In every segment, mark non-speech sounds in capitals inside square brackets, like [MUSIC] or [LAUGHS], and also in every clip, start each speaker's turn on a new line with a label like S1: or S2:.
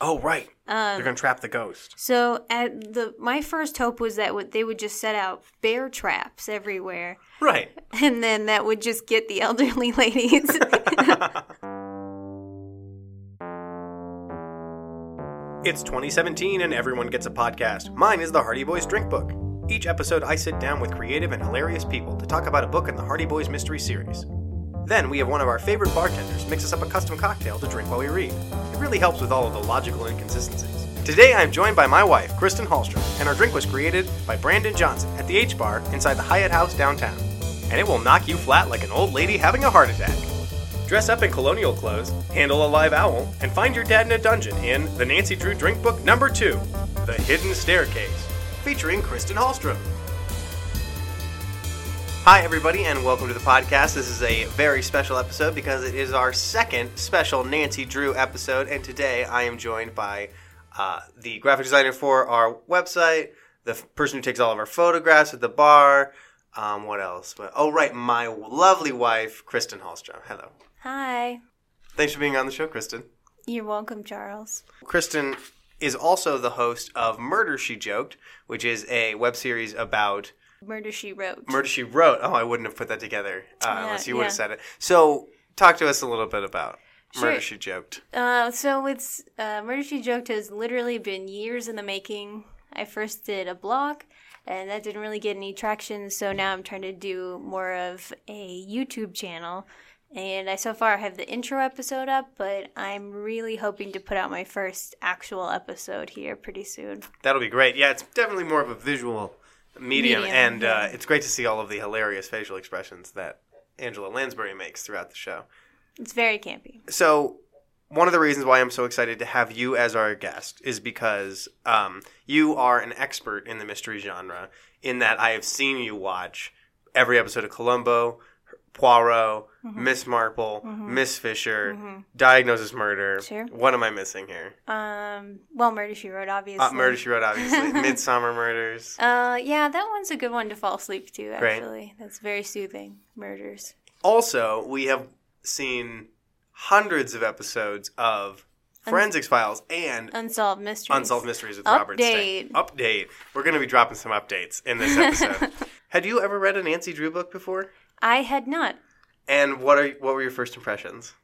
S1: Oh, right. They're going to trap the ghost.
S2: So at the my first hope was that would, they would just set out bear traps everywhere, [LAUGHS]
S1: Right.
S2: and then that would just get the [LAUGHS] elderly [LAUGHS] ladies.
S1: It's 2017 and everyone gets a podcast. Mine is the Hardy Boys Drink Book. Each episode, I sit down with creative and hilarious people to talk about a book in the Hardy Boys mystery series. Then we have one of our favorite bartenders mix us up a custom cocktail to drink while we read. It really helps with all of the logical inconsistencies. Today, I am joined by my wife, Kristen Hallstrom, and our drink was created by Brandon Johnson at the H Bar inside the Hyatt House downtown. And it will knock you flat like an old lady having a heart attack. Dress up in colonial clothes, handle a live owl, and find your dad in a dungeon in The Nancy Drew Drink Book Number 2 The Hidden Staircase, featuring Kristen Hallstrom. Hi, everybody, and welcome to the podcast. This is a very special episode because it is our second special Nancy Drew episode, and today I am joined by uh, the graphic designer for our website, the f- person who takes all of our photographs at the bar. Um, what else? Oh, right, my lovely wife, Kristen Hallstrom. Hello.
S2: Hi,
S1: Thanks for being on the show, Kristen.
S2: you're welcome, Charles.
S1: Kristen is also the host of Murder She Joked, which is a web series about
S2: Murder she wrote.
S1: murder she wrote. Oh, I wouldn't have put that together uh, unless you would
S2: yeah.
S1: have said it. So, talk to us a little bit about
S2: Sure.
S1: Murder She Joked.
S2: Uh, so it's uh, Murder She Joked has literally been years in the making. I first did a blog, and that didn't really get any traction. So now I'm trying to do more of a YouTube channel. And I so far have the intro episode up, but I'm really hoping to put out my first actual episode here pretty soon.
S1: That'll be great. Yeah, it's definitely more of a visual medium,
S2: Medium,
S1: and uh,
S2: yeah.
S1: it's great to see all of the hilarious facial expressions that Angela Lansbury makes throughout the show.
S2: It's very campy.
S1: so one of the reasons why I'm so excited to have you as our guest is because um, you are an expert in the mystery genre. In that I have seen you watch every episode of Columbo, Poirot, Miss Marple, Miss Fisher, Diagnosis Murder.
S2: Sure.
S1: What am I missing here?
S2: Um, well, Murder She Wrote, obviously.
S1: Uh, Murder She Wrote, obviously. Midsummer Murders.
S2: Uh, yeah, that one's a good one to fall asleep to.
S1: Great.
S2: Actually, that's very soothing. Murders.
S1: Also, we have seen hundreds of episodes of Forensics Files and
S2: Unsolved mysteries.
S1: Unsolved Mysteries with Robert Stein.
S2: Update.
S1: Update. We're going to be dropping some updates in this [LAUGHS] episode. Had you ever read a Nancy Drew book before?
S2: I had not.
S1: And what are what were your first impressions?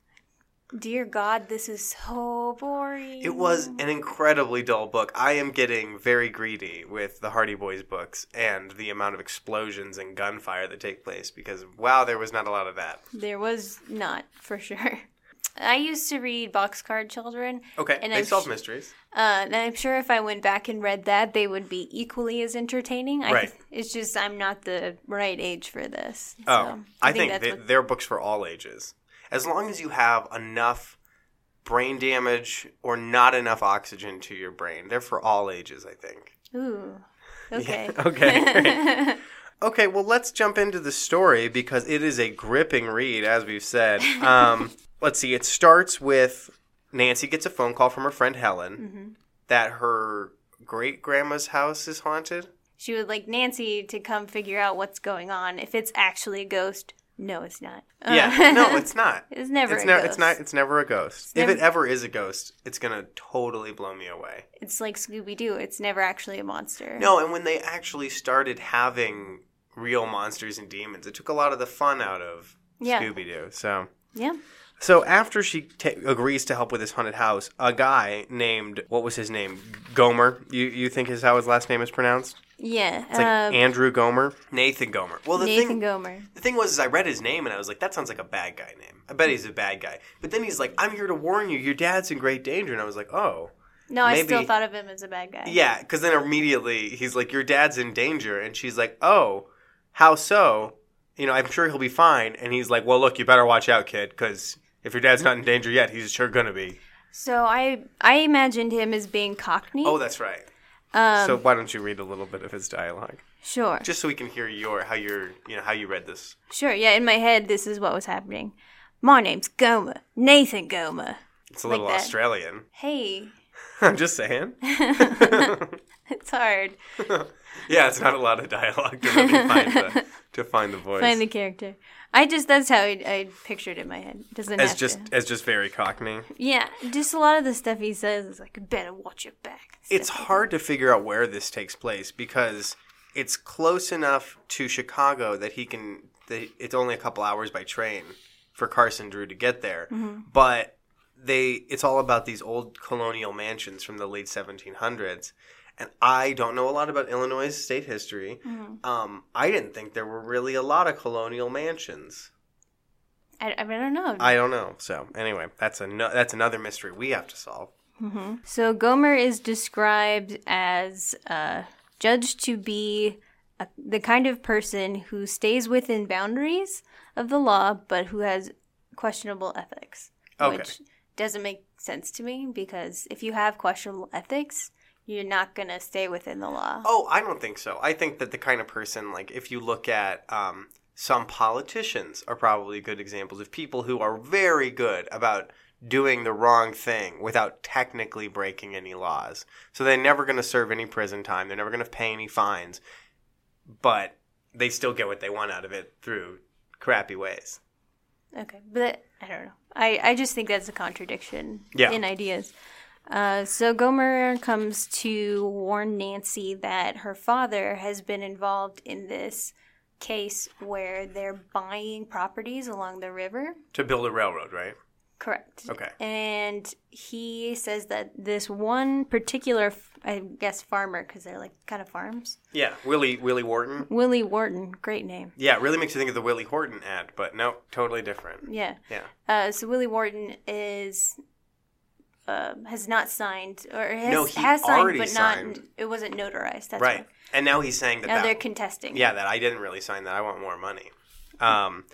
S2: Dear God, this is so boring.
S1: It was an incredibly dull book. I am getting very greedy with the Hardy Boys books and the amount of explosions and gunfire that take place because wow, there was not a lot of that.
S2: There was not, for sure. [LAUGHS] I used to read Boxcar Children.
S1: Okay,
S2: And
S1: they
S2: I'm
S1: solve
S2: sh-
S1: mysteries.
S2: Uh, and I'm sure if I went back and read that, they would be equally as entertaining. I,
S1: Right.
S2: [LAUGHS] It's just I'm not the right age for this.
S1: Oh,
S2: so
S1: I think,
S2: that's
S1: they,
S2: what-
S1: they're books for all ages. As long as you have enough brain damage or not enough oxygen to your brain, they're for all ages, I think.
S2: Ooh.
S1: [LAUGHS]
S2: Okay.
S1: okay, [LAUGHS] Okay, well, let's jump into the story because it is a gripping read, as we've [LAUGHS] said. Um, let's see, it starts with Nancy gets a phone call from her friend Helen that her great grandma's house is haunted.
S2: she would like Nancy to come figure out what's going on. If it's actually a ghost, no, it's not. Uh,
S1: Yeah,
S2: [LAUGHS]
S1: no, it's [LAUGHS] not.
S2: it's never.
S1: it's
S2: a
S1: no,
S2: ghost.
S1: it's not. It's never a ghost. if
S2: never-
S1: it ever is a ghost, it's gonna totally blow me away.
S2: It's like Scooby Doo. It's never actually a monster.
S1: No, and when they actually started having real monsters and demons, it took a lot of the fun out of
S2: Yeah.
S1: Scooby Doo. So,
S2: Yeah.
S1: so after she ta agrees to help with this haunted house, a guy named what was his name? Gomer. You you think is how his last name is pronounced?
S2: Yeah.
S1: It's like
S2: uh,
S1: Andrew Gomer, Nathan Gomer. Well, the
S2: Nathan
S1: thing
S2: Gomer.
S1: the thing was, is I read his name and I was like, that sounds like a bad guy name. I bet he's a bad guy. But then he's like, I'm here to warn you, your dad's in great danger, and I was like, oh.
S2: No, I still
S1: maybe-
S2: thought of him as a bad guy.
S1: Yeah, because then immediately he's like, "Your dad's in danger," and she's like, "Oh, how so? You know, I'm sure he'll be fine." And he's like, "Well, look, you better watch out, kid, because if your dad's not in danger yet, he's sure gonna be."
S2: So I I imagined him as being Cockney.
S1: Oh, that's right.
S2: Um,
S1: so why don't you read a little bit of his dialogue,
S2: sure.
S1: just so we can hear your how you're you know how you read this?
S2: Sure. Yeah. In my head, this is what was happening. My name's Gomer. Nathan Gomer.
S1: It's a little
S2: Like that.
S1: Australian. [LAUGHS]
S2: Hey. [LAUGHS]
S1: I'm just saying.
S2: It's hard.
S1: Yeah, it's not a lot of dialogue to really find
S2: [LAUGHS]
S1: the, to find the voice.
S2: Find the character. I just that's how I, I pictured it in my head. Doesn't
S1: as
S2: have
S1: just
S2: to.
S1: as just very cockney.
S2: Yeah, just a lot of the stuff he says is like, better watch your back.
S1: It's hard to figure out where this takes place because it's close enough to Chicago that he can. That it's only a couple hours by train for Carson Drew to get there,
S2: Mm-hmm.
S1: but they. It's all about these old colonial mansions from the late 1700s, and I don't know a lot about Illinois' state history.
S2: Mm-hmm.
S1: Um, I didn't think there were really a lot of colonial mansions.
S2: I, I, mean, I don't know.
S1: I don't know. So anyway, that's a that's another mystery we have to solve.
S2: so Gomer is described as uh, judged to be a, the kind of person who stays within boundaries of the law, but who has questionable ethics,
S1: Okay.
S2: which doesn't make sense to me because if you have questionable ethics, you're not gonna stay within the law.
S1: Oh, I don't think so. I think that the kind of person, like, if you look at um, some politicians, are probably good examples of people who are very good about doing the wrong thing without technically breaking any laws. So they're never going to serve any prison time. They're never going to pay any fines, but they still get what they want out of it through crappy ways.
S2: Okay, but I don't know. I, I just think that's a contradiction
S1: Yeah.
S2: in ideas. Uh, so Gomer comes to warn Nancy that her father has been involved in this case where they're buying properties along the river.
S1: To build a railroad, right?
S2: Correct.
S1: Okay.
S2: And he says that this one particular, f- I guess, farmer, because they're like kind of farms,
S1: Yeah. Willie Willie Wharton.
S2: Willie Wharton, great name.
S1: Yeah, it really makes you think of the Willie Horton ad, but no, totally different.
S2: Yeah.
S1: Yeah.
S2: Uh, so Willie Wharton is uh, has not signed or has,
S1: No, he
S2: has signed
S1: already
S2: but not
S1: signed.
S2: it wasn't notarized. That's
S1: Right.
S2: why.
S1: And now he's saying that
S2: Now
S1: that
S2: they're contesting.
S1: yeah that i didn't really sign that i want more money um,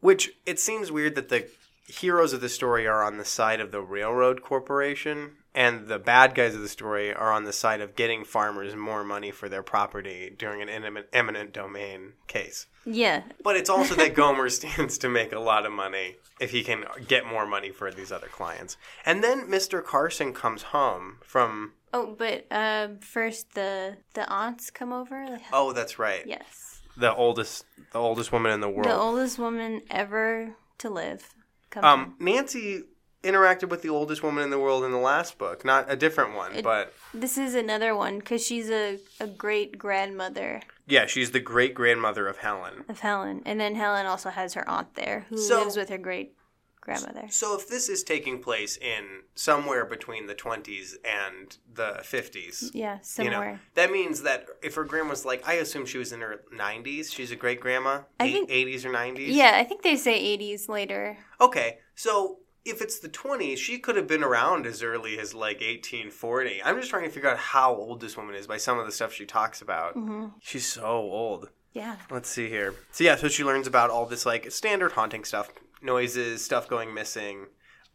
S1: which it seems weird that the heroes of the story are on the side of the railroad corporation and the bad guys of the story are on the side of getting farmers more money for their property during an eminent, eminent domain case
S2: Yeah.
S1: but it's also that Gomer [LAUGHS] stands to make a lot of money if he can get more money for these other clients. And then Mr. Carson comes home from
S2: Oh, but um, first the the aunts come over. Like,
S1: oh, that's right,
S2: Yes.
S1: the oldest the oldest woman in the world,
S2: The oldest woman ever to live. Comes
S1: Um, Nancy interacted with the oldest woman in the world in the last book, not a different one, but
S2: in. This is another one because she's a, a great grandmother
S1: yeah, she's the great grandmother of Helen.
S2: of Helen, and then Helen also has her aunt there who
S1: So-
S2: lives with her great grandmother.
S1: So if this is taking place in somewhere between the 20s and the 50s,
S2: Yeah,
S1: you
S2: somewhere.
S1: know, that means that if her grandma's like, I assume she was in her 90s, she's a great grandma,
S2: I
S1: eight-
S2: think-
S1: 80s or 90s.
S2: Yeah, I think they say 80s later.
S1: Okay, so if it's the 20s, she could have been around as early as like 1840. I'm just trying to figure out how old this woman is by some of the stuff she talks about.
S2: Mm-hmm.
S1: She's so old.
S2: Yeah.
S1: Let's see here. So yeah, so she learns about all this like standard haunting stuff, noises, stuff going missing.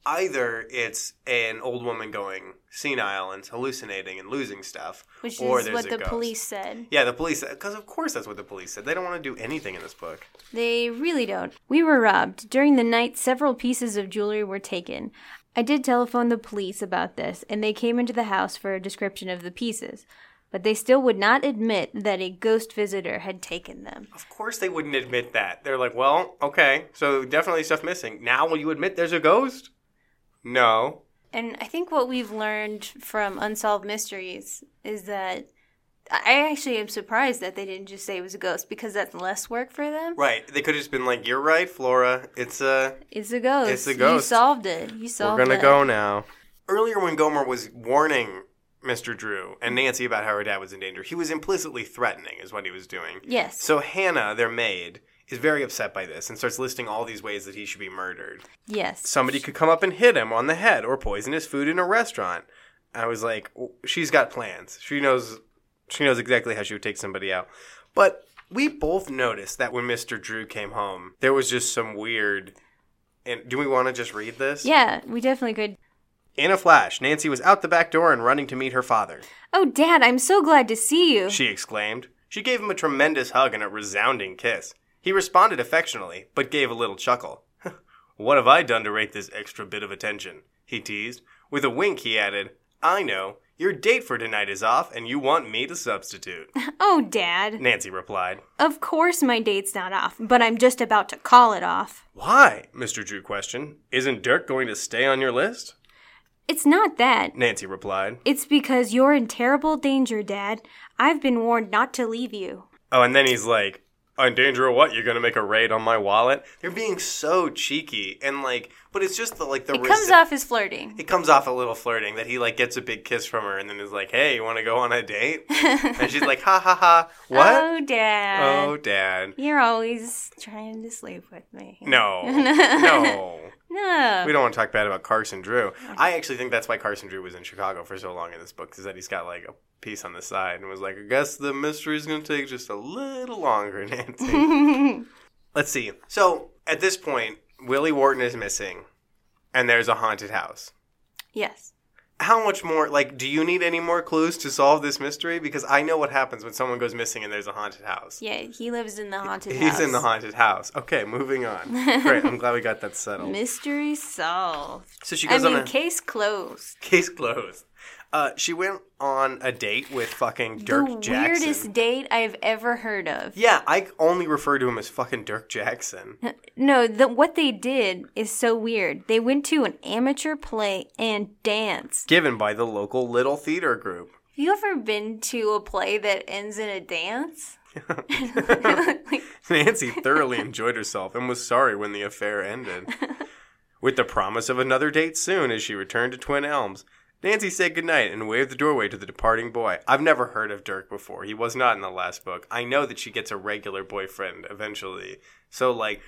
S1: Either it's an old woman going senile and hallucinating and losing stuff,
S2: Which
S1: or
S2: is
S1: there's
S2: what
S1: a
S2: the
S1: ghost.
S2: police said.
S1: Yeah, the police. Because of course that's what the police said. They don't want to do anything in this book.
S2: They really don't. We were robbed. During the night, several pieces of jewelry were taken. I did telephone the police about this, and they came into the house for a description of the pieces. But they still would not admit that a ghost visitor had taken them.
S1: Of course they wouldn't admit that. They're like, well, okay, so definitely stuff missing. Now will you admit there's a ghost? No.
S2: And I think what we've learned from Unsolved Mysteries is that I actually am surprised that they didn't just say it was a ghost because that's less work for them.
S1: Right. They could have just been like, you're right, Flora. It's a
S2: It's a ghost.
S1: It's a
S2: You
S1: ghost.
S2: solved it. You solved
S1: We're gonna
S2: it.
S1: go now. Earlier, when Gomer was warning Mr. Drew and Nancy about how her dad was in danger, he was implicitly threatening, is what he was doing.
S2: Yes.
S1: So Hannah, their maid, is very upset by this and starts listing all these ways that he should be murdered.
S2: yes.
S1: Somebody could come up and hit him on the head or poison his food in a restaurant. I was like, w- she's got plans. She knows. She knows exactly how she would take somebody out. But we both noticed that when Mr. Drew came home, there was just some weird. And do we want to just read this?
S2: Yeah, we definitely could.
S1: In a flash, Nancy was out the back door and running to meet her father.
S2: Oh, Dad, I'm so glad to see you.
S1: She exclaimed. She gave him a tremendous hug and a resounding kiss. He responded affectionately, but gave a little chuckle. [LAUGHS] what have I done to rate this extra bit of attention? He teased. With a wink, he added, I know. Your date for tonight is off, and you want me to
S2: [LAUGHS]
S1: substitute.
S2: Oh, Dad.
S1: Nancy replied.
S2: Of course my date's not off, but I'm just about to call it off.
S1: Why? Mr. Drew questioned. Isn't Dirk going to stay on your list?
S2: It's not that.
S1: Nancy replied.
S2: It's because you're in terrible danger, Dad. I've been warned not to leave you.
S1: Oh, and then he's like, in danger of what? You're gonna make a raid on my wallet? They're being so cheeky and like, but it's just the like the
S2: It comes
S1: resi-
S2: off as flirting.
S1: It comes off a little flirting that he like gets a big kiss from her and then is like, "Hey, you want to go on a date?" and she's like, "Ha ha ha! What?
S2: Oh, Dad.
S1: Oh, dad,
S2: You're always trying to sleep with me.
S1: no, no."
S2: No.
S1: We don't want to talk bad about Carson Drew. I actually think that's why Carson Drew was in Chicago for so long in this book, is that he's got like a piece on the side and was like, I guess the mystery's going to take just a little longer, [LAUGHS] Nancy. Let's see. So at this point, Willie Wharton is missing, and there's a haunted house.
S2: yes.
S1: How much more, like, do you need any more clues to solve this mystery? Because I know what happens when someone goes missing and there's a haunted house.
S2: Yeah, he lives in the haunted
S1: He's
S2: house.
S1: in the haunted house. Okay, moving
S2: [LAUGHS]
S1: on. Great. I'm glad we got that settled.
S2: Mystery solved.
S1: So she
S2: I
S1: goes
S2: mean,
S1: on a-
S2: case closed.
S1: Case closed. Uh, she went on a date with fucking Dirk
S2: the
S1: Jackson.
S2: weirdest date I've ever heard of.
S1: Yeah, I only refer to him as fucking Dirk
S2: [LAUGHS]
S1: Jackson.
S2: No, the, what they did is so weird. They went to an amateur play and dance.
S1: given by the local little theater group.
S2: Have you ever been to a play that ends in
S1: [LAUGHS]
S2: a dance? [LAUGHS]
S1: Nancy thoroughly enjoyed herself and was sorry when the affair ended. With the promise of another date soon as she returned to Twin Elms, Nancy said goodnight and waved the doorway to the departing boy. I've never heard of Dirk before. He was not in the last book. I know that she gets a regular boyfriend eventually. So like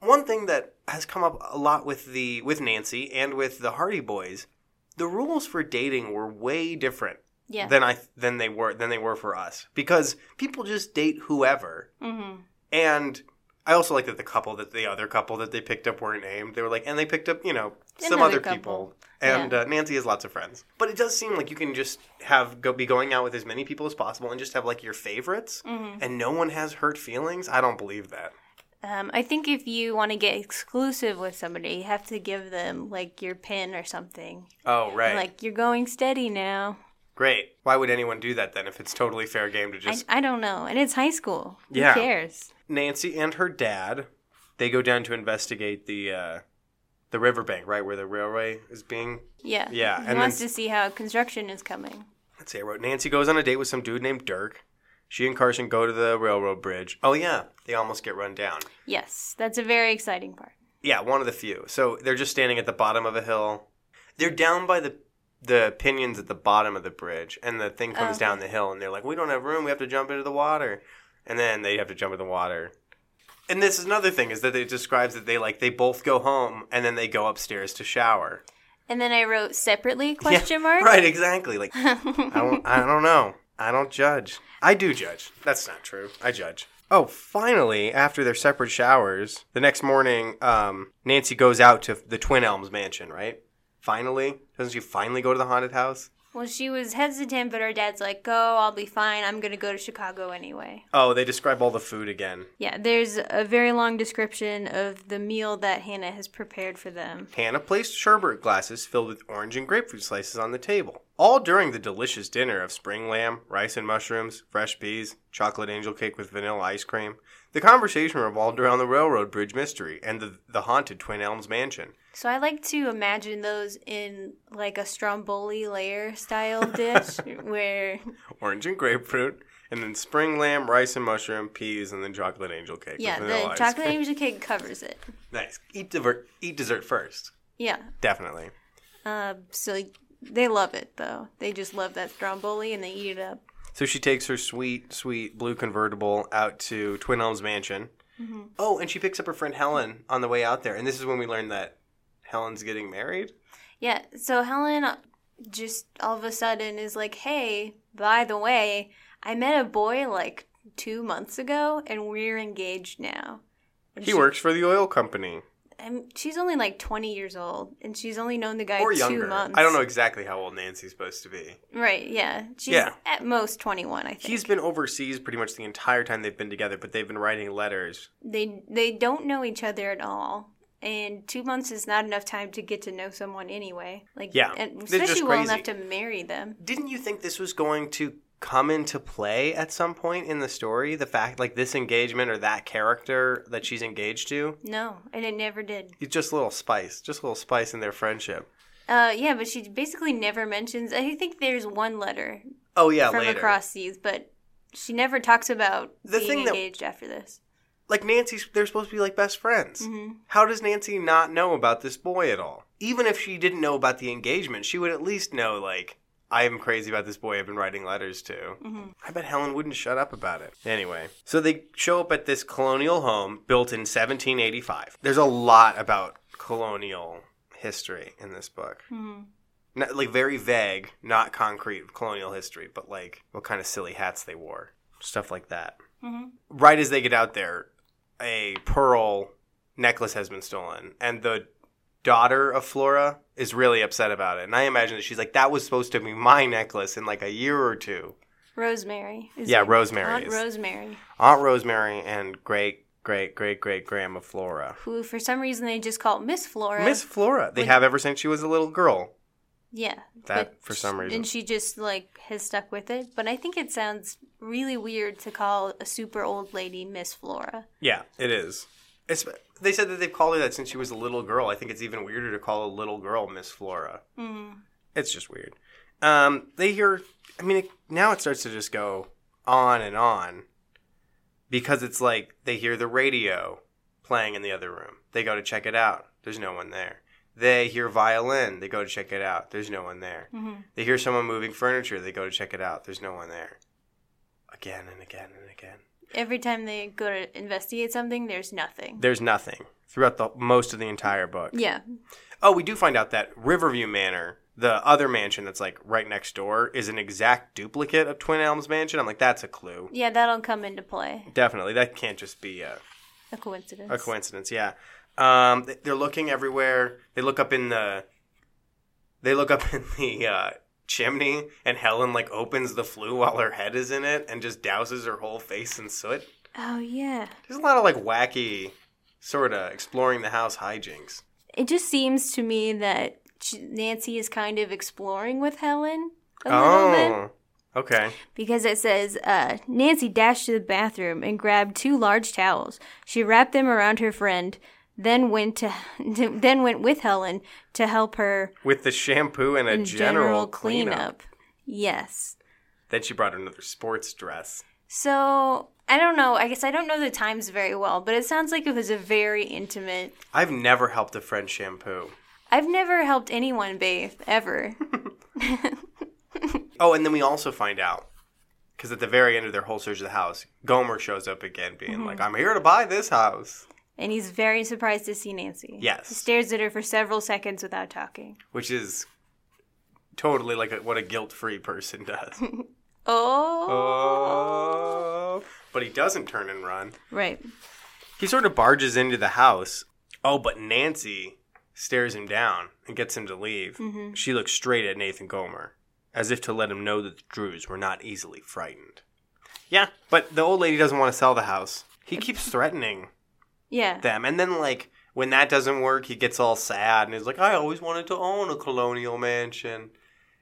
S1: one thing that has come up a lot with the with Nancy and with the Hardy Boys, the rules for dating were way different
S2: yeah.
S1: than I than they were than they were for us because people just date whoever.
S2: Mm-hmm.
S1: And I also like that the couple that the other couple that they picked up weren't named. They were like, and they picked up you know some
S2: Another
S1: other
S2: couple.
S1: people. And uh, Nancy has lots of friends, but it does seem like you can just have go be going out with as many people as possible and just have like your favorites,
S2: Mm-hmm.
S1: and no one has hurt feelings. I don't believe that.
S2: um, I think if you want to get exclusive with somebody, you have to give them like your pin or something.
S1: Oh right,
S2: Like you're going steady now.
S1: great. Why would anyone do that then if it's totally fair game to
S2: I,
S1: just
S2: I don't know, and it's high school.
S1: Yeah.
S2: Who cares?
S1: Nancy and her dad, they go down to investigate the uh, the riverbank, right where the railway is being.
S2: Yeah.
S1: Yeah,
S2: He
S1: and
S2: wants
S1: then-
S2: to see how construction is coming.
S1: Let's see, I wrote Nancy goes on a date with some dude named Dirk. She and Carson go to the railroad bridge. Oh yeah, they almost get run down.
S2: Yes, that's a very exciting part.
S1: Yeah, one of the few. So they're just standing at the bottom of a hill. They're down by the the pinions at the bottom of the bridge, and the thing comes down the hill, and they're like, "We don't have room. We have to jump into the water." And then they have to jump in the water. And this is another thing is that it describes that they like they both go home and then they go upstairs to shower.
S2: And then I wrote separately question mark.
S1: Right, exactly.
S2: [LAUGHS]
S1: Like I don't I don't know. I don't judge. I do judge. That's not true. I judge. Oh, finally, after their separate showers, the next morning, um, Nancy goes out to the Twin Elms mansion, right? Finally? Doesn't she finally go to the haunted house?
S2: Well, she was hesitant, but her dad's like, "Go, I'll be fine. I'm gonna go to Chicago anyway."
S1: Oh, they describe all the food again.
S2: Yeah, there's a very long description of the meal that Hannah has prepared for them.
S1: Hannah placed sherbet glasses filled with orange and grapefruit slices on the table, all during the delicious dinner of spring lamb, rice and mushrooms, fresh peas, chocolate angel cake with vanilla ice cream. The conversation revolved around the railroad bridge mystery and the, the haunted Twin Elms mansion.
S2: So I like to imagine those in like a Stromboli
S1: [LAUGHS]
S2: layer style dish where
S1: Orange and grapefruit, and then spring lamb, rice and mushroom, peas, and then chocolate angel cake
S2: yeah,
S1: with vanilla
S2: the
S1: ice
S2: chocolate
S1: cream.
S2: angel cake covers it.
S1: Nice. Eat, diver- eat dessert first.
S2: Yeah.
S1: Definitely.
S2: Uh, so they love it though. They just love that Stromboli and they eat it up.
S1: So she takes her sweet, sweet blue convertible out to Twin Elms Mansion.
S2: Mm-hmm.
S1: Oh, and she picks up her friend Helen on the way out there. And this is when we learn that Helen's getting married.
S2: Yeah, so Helen just all of a sudden is like, hey, by the way, I met a boy like two months ago and we're engaged now.
S1: He works for the oil company
S2: And she's only like 20 years old and she's only known the guy
S1: or
S2: two
S1: younger.
S2: months.
S1: I don't know exactly how old Nancy's supposed to be.
S2: Right, yeah. She's
S1: Yeah.
S2: at most 21, I think.
S1: He's been overseas pretty much the entire time they've been together, but they've been writing letters.
S2: They, they don't know each other at all. and two months is not enough time to get to know someone anyway. Like,
S1: Yeah.
S2: and
S1: They're just
S2: especially well
S1: crazy.
S2: enough to marry them.
S1: Didn't you think this was going to come into play at some point in the story? The fact, like this engagement or that character that she's engaged to,
S2: No, and it never did.
S1: it's just a little spice, just a little spice in their friendship.
S2: Uh, yeah, but she basically never mentions. I think there's one letter
S1: Oh yeah,
S2: from
S1: later.
S2: across seas, but she never talks about
S1: The
S2: being
S1: thing that-
S2: engaged after this.
S1: Like Nancy's, they're supposed to be like best friends.
S2: Mm-hmm.
S1: How does Nancy not know about this boy at all? Even if she didn't know about the engagement, she would at least know like. I am crazy about this boy I've been writing letters to.
S2: Mm-hmm.
S1: I bet Helen wouldn't shut up about it. Anyway, so they show up at this colonial home built in 1785. There's a lot about colonial history in this book.
S2: Mm-hmm.
S1: Not, like very vague, not concrete colonial history, but like what kind of silly hats they wore, stuff like that. Right as they get out there, a pearl necklace has been stolen, and the daughter of Flora is really upset about it. And I imagine that she's like, "That was supposed to be my necklace in like a year or two.
S2: Rosemary. Is
S1: Yeah,
S2: it?
S1: Rosemary
S2: Aunt
S1: is.
S2: Rosemary,
S1: Aunt Rosemary and great, great, great, great grandma Flora.
S2: who for some reason they just call Miss Flora.
S1: Miss Flora. They
S2: When-
S1: have ever since she was a little girl.
S2: Yeah.
S1: That,
S2: but
S1: for some
S2: sh-
S1: reason.
S2: And she just like has stuck with it. But I think it sounds really weird to call a super old lady Miss Flora.
S1: Yeah, it is. It's, they said that they've called her that since she was a little girl. I think it's even weirder to call a little girl Miss Flora. Mm. It's just weird. Um, they hear, I mean, it, now it starts to just go on and on because it's like they hear the radio playing in the other room. They go to check it out. There's no one there. They hear violin. They go to check it out. There's no one there. They hear someone moving furniture. They go to check it out. There's no one there. Again and again and again.
S2: Every time they go to investigate something, there's nothing.
S1: there's nothing throughout the most of the entire book.
S2: yeah.
S1: Oh, we do find out that Riverview Manor, the other mansion that's like right next door, is an exact duplicate of Twin Elms Mansion. I'm like, that's a clue.
S2: Yeah, that'll come into play.
S1: Definitely, that can't just be a,
S2: A coincidence.
S1: a coincidence. Yeah, um, th- they're looking everywhere. They look up in the, they look up [LAUGHS] in the uh, chimney, and Helen like opens the flue while her head is in it, and just douses her whole face in soot.
S2: oh, yeah.
S1: There's a lot of like wacky, sort of exploring the house hijinks.
S2: It just seems to me that she, Nancy is kind of exploring with Helen a
S1: Oh.
S2: little bit.
S1: okay.
S2: Because it says, uh, Nancy dashed to the bathroom and grabbed two large towels. She wrapped them around her friend, then went to, [LAUGHS] then went with Helen to help her
S1: With the shampoo and a
S2: in
S1: general, cleanup.
S2: Yes.
S1: Then she brought another sports dress.
S2: So I don't know. I guess I don't know the times very well, but it sounds like it was a very intimate.
S1: I've never helped a friend shampoo.
S2: I've never helped anyone bathe ever.
S1: Oh, and then we also find out because at the very end of their whole search of the house, Gomer shows up again, being
S2: Mm-hmm.
S1: like, "I'm here to buy this house,"
S2: And he's very surprised to see Nancy.
S1: Yes.
S2: He stares at her for several seconds without talking.
S1: which is totally like a, what a guilt-free person
S2: [LAUGHS]
S1: does.
S2: Oh.
S1: oh. But he doesn't turn and run.
S2: Right.
S1: He sort of barges into the house. Oh, but Nancy stares him down and gets him to leave. She looks straight at Nathan Gomer, as if to let him know that the Drews were not easily frightened. Yeah, but the old lady doesn't want to sell the house. He keeps threatening
S2: Yeah.
S1: them. And then, like, when that doesn't work, he gets all sad and is like, I always wanted to own a colonial mansion.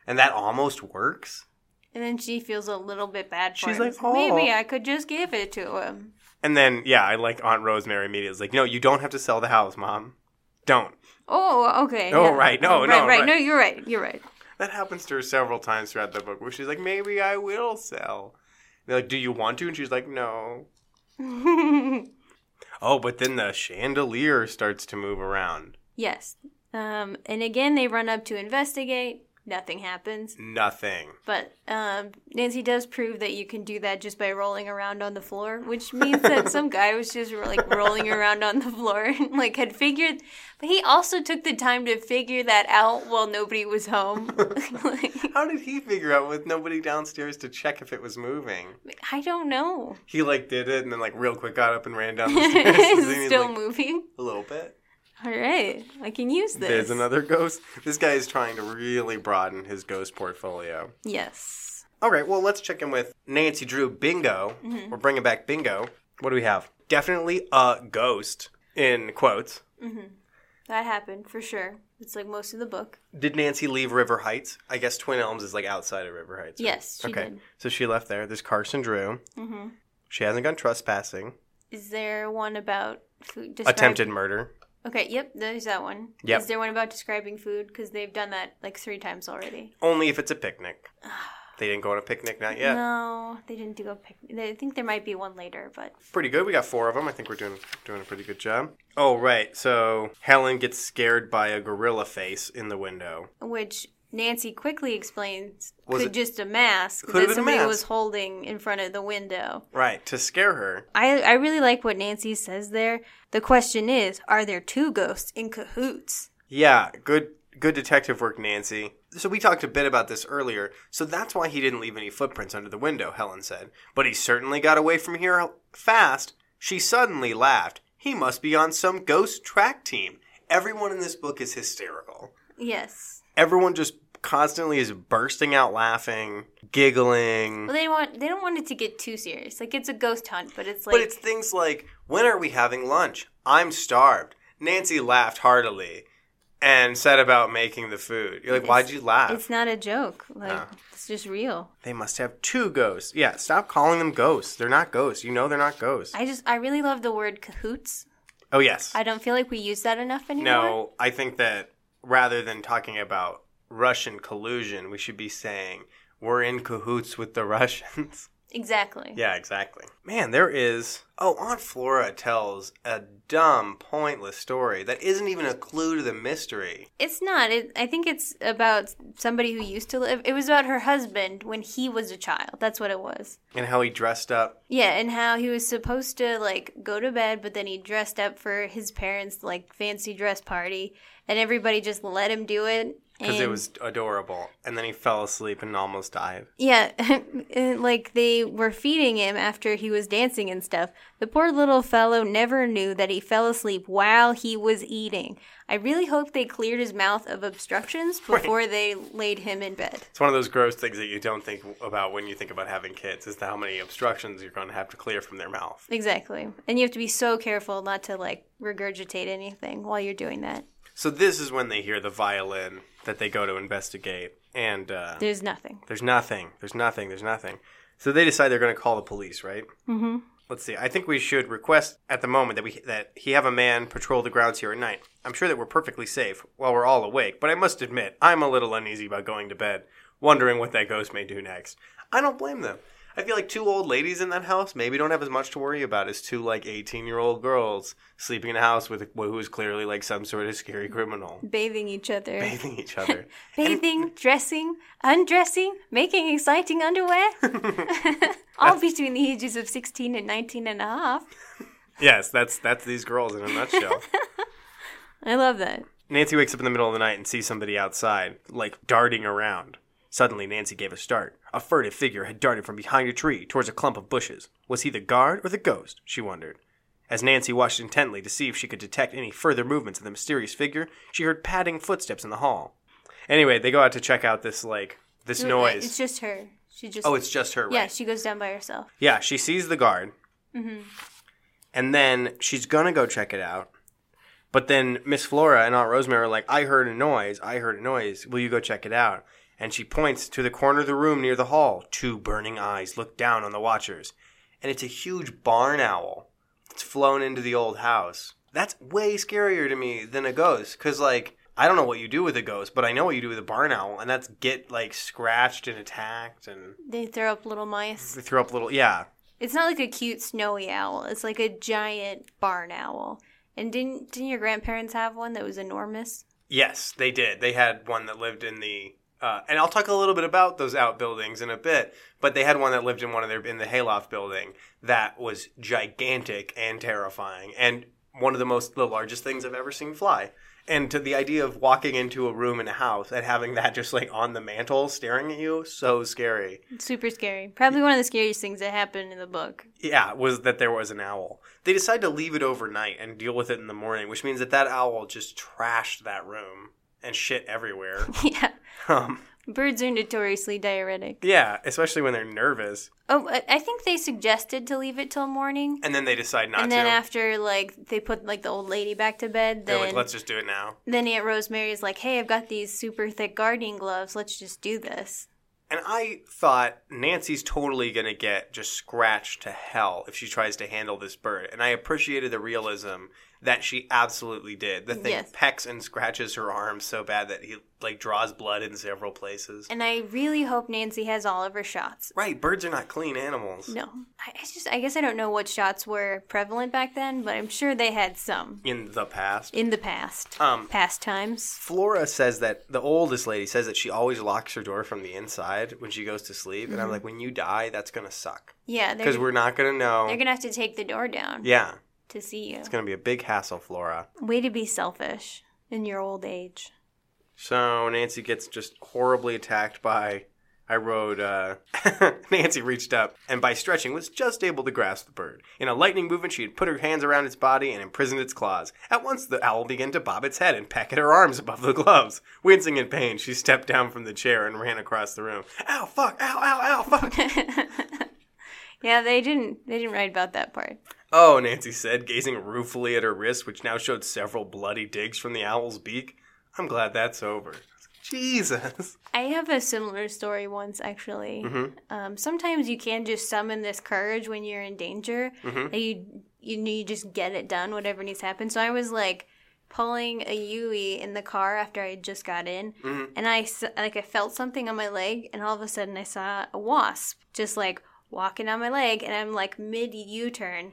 S1: And that almost works.
S2: and then she feels a little bit bad for
S1: She's
S2: him.
S1: like, "Oh."
S2: Maybe I could just give it to him.
S1: And then, yeah, I like Aunt Rosemary immediately is like, No, you don't have to sell the house, Mom. Don't.
S2: Oh, okay.
S1: Oh,
S2: yeah.
S1: right. No,
S2: right,
S1: no,
S2: right.
S1: right.
S2: No, you're right. You're right. [LAUGHS]
S1: That happens to her several times throughout the book where she's like, maybe I will sell. And they're like, do you want to? And she's like, no. oh, but then the chandelier starts to move around.
S2: Yes. Um, and again, they run up to investigate. Nothing happens.
S1: Nothing.
S2: But um, Nancy does prove that you can do that just by rolling around on the floor, which means
S1: [LAUGHS]
S2: that some guy was just like rolling around on the floor and like had figured. But he also took the time to figure that out while nobody was home. [LAUGHS] like,
S1: How did he figure out with nobody downstairs to check if it was moving?
S2: I
S1: [LAUGHS]
S2: don't know.
S1: He like did it and then like real quick got up and ran
S2: [LAUGHS]
S1: down the stairs. [LAUGHS] And then he's
S2: it's still
S1: like,
S2: moving.
S1: a little bit.
S2: All right, I can use this.
S1: There's another ghost. This guy is trying to really broaden his ghost portfolio.
S2: Yes.
S1: All right, well, let's check in with Nancy Drew Bingo.
S2: Mm-hmm.
S1: We're bringing back Bingo. What do we have? Definitely a ghost, in quotes.
S2: That happened for sure. It's like most of the book.
S1: Did Nancy leave River Heights? I guess Twin Elms is like outside of River Heights. right?
S2: Yes, she
S1: okay.
S2: did.
S1: So she left there. There's Carson Drew.
S2: hmm
S1: She hasn't gone trespassing.
S2: Is there one about food? describe-
S1: Attempted murder.
S2: Okay, yep, there's that one.
S1: Yep.
S2: Is there one about describing food? Because they've done that like three times already.
S1: Only if it's a
S2: [SIGHS]
S1: picnic. They didn't go on a picnic, not yet.
S2: No, they didn't do a picnic. I think there might be one later, but
S1: Pretty good. We got four of them. I think we're doing doing a pretty good job. Oh right. So Helen gets scared by a gorilla face in the window.
S2: which Nancy quickly explains
S1: Was
S2: could
S1: it-
S2: just a mask
S1: Could've been
S2: that
S1: a
S2: somebody
S1: mask.
S2: was holding in front of the window.
S1: Right to scare her.
S2: I I really like what Nancy says there. The question is, are there two ghosts in cahoots?
S1: Yeah. Good. Good detective work, Nancy. So we talked a bit about this earlier. So that's why he didn't leave any footprints under the window. Helen said. But he certainly got away from here fast. She suddenly laughed. He must be on some ghost track team. Everyone in this book is hysterical.
S2: Yes.
S1: everyone just constantly is bursting out laughing, giggling.
S2: Well, they want they don't want it to get too serious. Like it's a ghost hunt, but it's like
S1: But it's things like, when are we having lunch? I'm starved. Nancy laughed heartily and said about making the food. You're like, why'd you laugh?
S2: It's not a joke. Like
S1: No.
S2: it's just real.
S1: They must have two ghosts. Yeah, stop calling them ghosts. They're not ghosts. You know they're not ghosts.
S2: I just I really love the word cahoots.
S1: Oh, yes.
S2: I don't feel like we use that enough anymore.
S1: No, I think that rather than talking about Russian collusion, we should be saying, we're in cahoots with the [LAUGHS] Russians.
S2: Exactly.
S1: Yeah, exactly. Man, there is. Oh, Aunt Flora tells a dumb, pointless story that isn't even a clue to the mystery.
S2: It's not. It, I think it's about somebody who used to live. It was about her husband when he was a child. That's what it was.
S1: And how he dressed up.
S2: Yeah, and how he was supposed to like go to bed, but then he dressed up for his parents' like fancy dress party, and everybody just let him do it.
S1: Because it
S2: and-
S1: was adorable. And then he fell asleep and almost died.
S2: Yeah, [LAUGHS] and, like they were feeding him after he was dancing and stuff. The poor little fellow never knew that he fell asleep while he was eating. I really hope they cleared his mouth of obstructions before they laid him in bed.
S1: It's one of those gross things that you don't think about when you think about having kids is how many obstructions you're going to have to clear from their mouth.
S2: Exactly. And you have to be so careful not to like regurgitate anything while you're doing that.
S1: So, this is when they hear the violin that they go to investigate. And uh,
S2: There's nothing.
S1: there's nothing. There's nothing. There's nothing. So, they decide they're going to call the police, right?
S2: Mm-hmm.
S1: Let's see. I think we should request at the moment that we that he have a man patrol the grounds here at night. I'm sure that we're perfectly safe while we're all awake, but I must admit I'm a little uneasy about going to bed, wondering what that ghost may do next. I don't blame them. I feel like two old ladies in that house maybe don't have as much to worry about as two like 18 year old girls sleeping in a house with a, who is clearly like some sort of scary criminal [LAUGHS]
S2: Bathing each other.
S1: bathing each other.
S2: Bathing, dressing, undressing, making exciting underwear. [LAUGHS] All between the ages of 16 and 19 and a half.
S1: yes, that's that's these girls in a nutshell.
S2: I love that.
S1: Nancy wakes up in the middle of the night and sees somebody outside, like darting around. Suddenly, Nancy gave a start. A furtive figure had darted from behind a tree towards a clump of bushes. Was he the guard or the ghost? She wondered. As Nancy watched intently to see if she could detect any further movements of the mysterious figure, she heard padding footsteps in the hall. Anyway, they go out to check out this like this
S2: uh, It's
S1: noise.
S2: just her. She just.
S1: Oh, it's just her, right?
S2: yeah. She goes down by herself.
S1: Yeah, she sees the guard. And then she's going to go check it out. But then Miss Flora and Aunt Rosemary are like, I heard a noise. I heard a noise. Will you go check it out? And she points to the corner of the room near the hall. Two burning eyes look down on the watchers. And it's a huge barn owl. It's flown into the old house. That's way scarier to me than a ghost. Because, like, I don't know what you do with a ghost, but I know what you do with a barn owl. And that's get, like, scratched and attacked. And
S2: They throw up little mice.
S1: they throw up little, yeah.
S2: It's not like a cute snowy owl. It's like a giant barn owl. And didn't didn't your grandparents have one that was enormous?
S1: Yes, they did. They had one that lived in the, uh, and I'll talk a little bit about those outbuildings in a bit. But they had one that lived in one of their in the hayloft building that was gigantic and terrifying, and one of the most the largest things I've ever seen fly. And to the idea of walking into a room in a house and having that just like on the mantle staring at you, so scary.
S2: Super scary. Probably one of the scariest things that happened in the book. [LAUGHS]
S1: Yeah, was that there was an owl. They decided to leave it overnight and deal with it in the morning, which means that that owl just trashed that room and shit everywhere. [LAUGHS]
S2: yeah.
S1: Um,
S2: Birds are notoriously diuretic.
S1: Yeah, especially when they're nervous,
S2: Oh, I- I think they suggested to leave it till morning.
S1: and then they decide not
S2: and
S1: to.
S2: then after, like, they put, like, the old lady back to bed,
S1: they're
S2: then,
S1: like, let's just do it now.
S2: then Aunt Rosemary is like, hey, I've got these super thick gardening gloves. Let's just do this.
S1: And I thought Nancy's totally going to get just scratched to hell if she tries to handle this bird. And I appreciated the realism that she absolutely did. The thing
S2: Yes.
S1: pecks and scratches her arm so bad that he like draws blood in several places.
S2: And I really hope Nancy has all of her shots.
S1: right, birds are not clean animals.
S2: No. I I just, I guess I don't know what shots were prevalent back then, but I'm sure they had some
S1: In the past.
S2: in the past.
S1: Um,
S2: past times.
S1: Flora says that the oldest lady says that she always locks her door from the inside when she goes to sleep. And I'm
S2: Mm-hmm.
S1: like, when you die, that's going to suck.
S2: Yeah, they're,
S1: Because we're not going to know.
S2: they're going to have to take the door down
S1: yeah,
S2: to see you.
S1: it's going to be a big hassle, Flora.
S2: Way to be selfish in your old age.
S1: So Nancy gets just horribly attacked by. I rode. Uh, [LAUGHS] Nancy reached up and, by stretching, was just able to grasp the bird. In a lightning movement, she had put her hands around its body and imprisoned its claws. At once, the owl began to bob its head and peck at her arms above the gloves. Wincing in pain, she stepped down from the chair and ran across the room. Ow! Fuck! Ow! Ow! Ow! Fuck!
S2: Yeah, they didn't. They didn't write about that part.
S1: oh, Nancy said, gazing ruefully at her wrist, which now showed several bloody digs from the owl's beak. I'm glad that's over. Jesus.
S2: I have a similar story once, actually. Um, sometimes you can just summon this courage when you're in danger. That you you know you just get it done, whatever needs to happen. So I was like pulling a Yui in the car after I had just got in, and I s- like I felt something on my leg, and all of a sudden I saw a wasp just like walking on my leg, and I'm like mid U turn.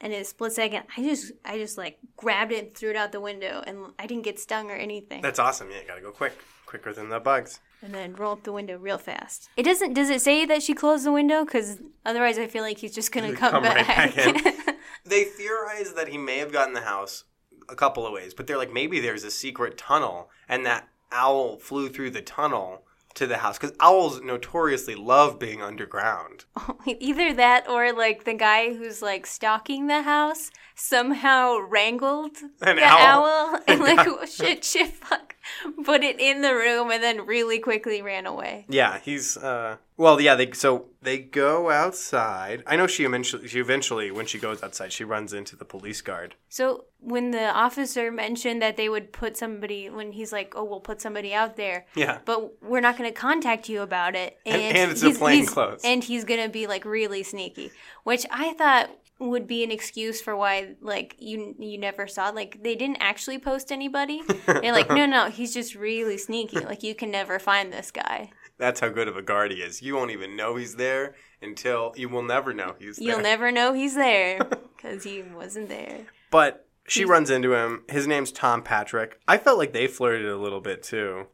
S2: And in a split second, I just, I just like grabbed it and threw it out the window, and I didn't get stung or anything
S1: That's awesome. Yeah, gotta go quick. Quicker than the bugs.
S2: and then roll up the window real fast. It doesn't. Does it say that she closed the window? Because otherwise, I feel like he's just gonna come,
S1: come right
S2: back.
S1: back They theorize that he may have gotten the house a couple of ways, but they're like, maybe there's a secret tunnel, and that owl flew through the tunnel to the house. Because owls notoriously love being underground.
S2: [LAUGHS] Either that, or like the guy who's like stalking the house somehow wrangled
S1: An
S2: the
S1: owl.
S2: owl,
S1: [LAUGHS]
S2: and like [LAUGHS] shit, shit, fuck, put it in the room, and then really quickly ran away.
S1: Yeah, he's uh well yeah, they so they go outside. I know she eventually she eventually when she goes outside, she runs into the police guard.
S2: So when the officer mentioned that they would put somebody, when he's like, "Oh, we'll put somebody out there,"
S1: Yeah.
S2: but we're not going to contact you about it.
S1: And- and it's in
S2: he's-
S1: plain
S2: he's-
S1: clothes.
S2: And he's going to be like really sneaky, which I thought would be an excuse for why like you you never saw like they didn't actually post
S1: [LAUGHS]
S2: anybody. They're like, no, no, he's just really sneaky. Like you can never find this guy.
S1: That's how good of a guard he is. You won't even know he's there until you will never know he's there.
S2: You'll never know he's there because he wasn't there.
S1: But she runs into him. His name's Tom Patrick. I felt like they flirted a little bit too.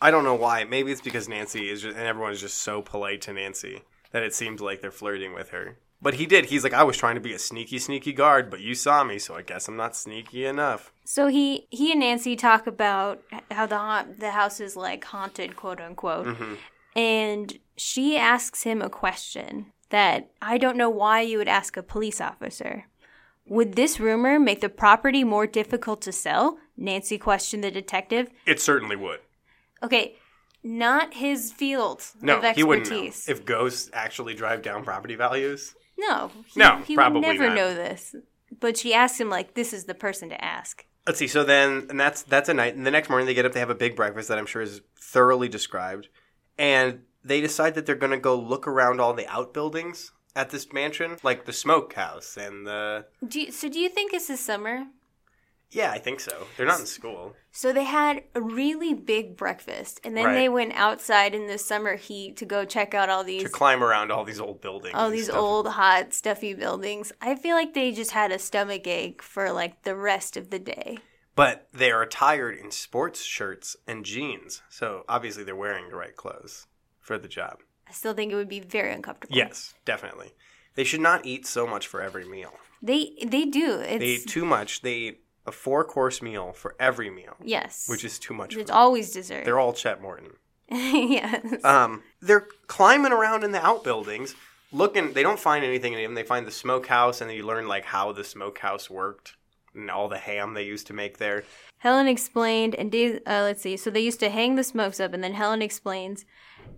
S1: I don't know why. Maybe it's because Nancy is just, and everyone's just so polite to Nancy that it seems like they're flirting with her. But he did. He's like, I was trying to be a sneaky, sneaky guard, but you saw me, so I guess I'm not sneaky enough.
S2: So he he and Nancy talk about how the haunt, the house is like haunted, quote unquote,
S1: Mm-hmm.
S2: and she asks him a question that I don't know why you would ask a police officer. Would this rumor make the property more difficult to sell? Nancy questioned the detective.
S1: It certainly would.
S2: Okay, not his field
S1: No,
S2: of
S1: he wouldn't know.
S2: expertise.
S1: If ghosts actually drive down property values,
S2: no, he,
S1: No,
S2: he
S1: probably
S2: would never
S1: not.
S2: know this. But she asked him like, "This is the person to ask."
S1: Let's see. So then, and that's that's a night. And the next morning, they get up. They have a big breakfast that I'm sure is thoroughly described, and they decide that they're going to go look around all the outbuildings at this mansion, like the smokehouse and the.
S2: Do you, so? Do you think this is summer?
S1: Yeah, I think so. They're not in school.
S2: So they had a really big breakfast, and then
S1: Right.
S2: they went outside in the summer heat to go check out all these
S1: To climb around all these old buildings.
S2: all
S1: and
S2: these
S1: stuff.
S2: old, hot, stuffy buildings. I feel like they just had a stomach ache for like the rest of the day.
S1: But they are attired in sports shirts and jeans, so obviously they're wearing the right clothes for the job.
S2: I still think it would be very uncomfortable.
S1: Yes, definitely. They should not eat so much for every meal.
S2: they they do. It's
S1: They eat too much. They eat a four course meal for every meal.
S2: yes,
S1: which is too much. For
S2: it's
S1: them.
S2: always dessert.
S1: They're all Chet Morton.
S2: [LAUGHS] yes,
S1: Um, they're climbing around in the outbuildings, looking. They don't find anything in them. They find the smokehouse, and then you learn like how the smokehouse worked. And and all the ham they used to make there.
S2: Helen explained, and Dave, uh, let's see. So they used to hang the smokes up, and then Helen explains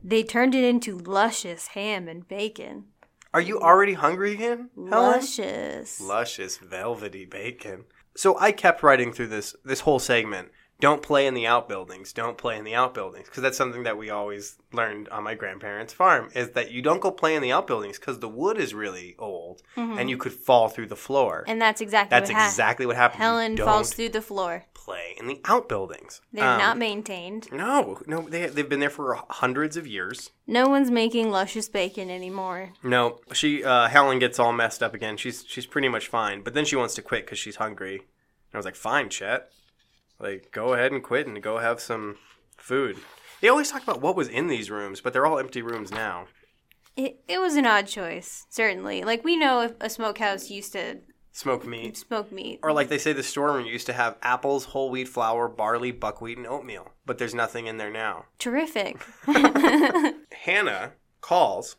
S2: they turned it into luscious ham and bacon.
S1: Are you already hungry again, Helen?
S2: Luscious.
S1: Luscious, velvety bacon. So I kept writing through this this whole segment. Don't play in the outbuildings. Don't play in the outbuildings because that's something that we always learned on my grandparents' farm is that you don't go play in the outbuildings because the wood is really old and you could fall through the floor.
S2: Mm-hmm. and that's exactly
S1: that's
S2: what happened.
S1: exactly what happened. You
S2: Helen
S1: don't
S2: falls through the floor.
S1: play in the outbuildings.
S2: They're
S1: Um,
S2: not maintained.
S1: No, no, they they've been there for hundreds of years.
S2: No one's making luscious bacon anymore.
S1: No, she uh, Helen gets all messed up again. She's she's pretty much fine, but then she wants to quit because she's hungry. And I was like, fine, Chet, like go ahead and quit and go have some food. They always talk about what was in these rooms, but they're all empty rooms now.
S2: It, it was an odd choice, certainly. Like, we know if a smokehouse used to
S1: Smoke meat,
S2: smoke meat.
S1: or like they say, the storeroom used to have apples, whole wheat flour, barley, buckwheat, and oatmeal, but there's nothing in there now. [LAUGHS]
S2: Terrific.
S1: Hannah calls,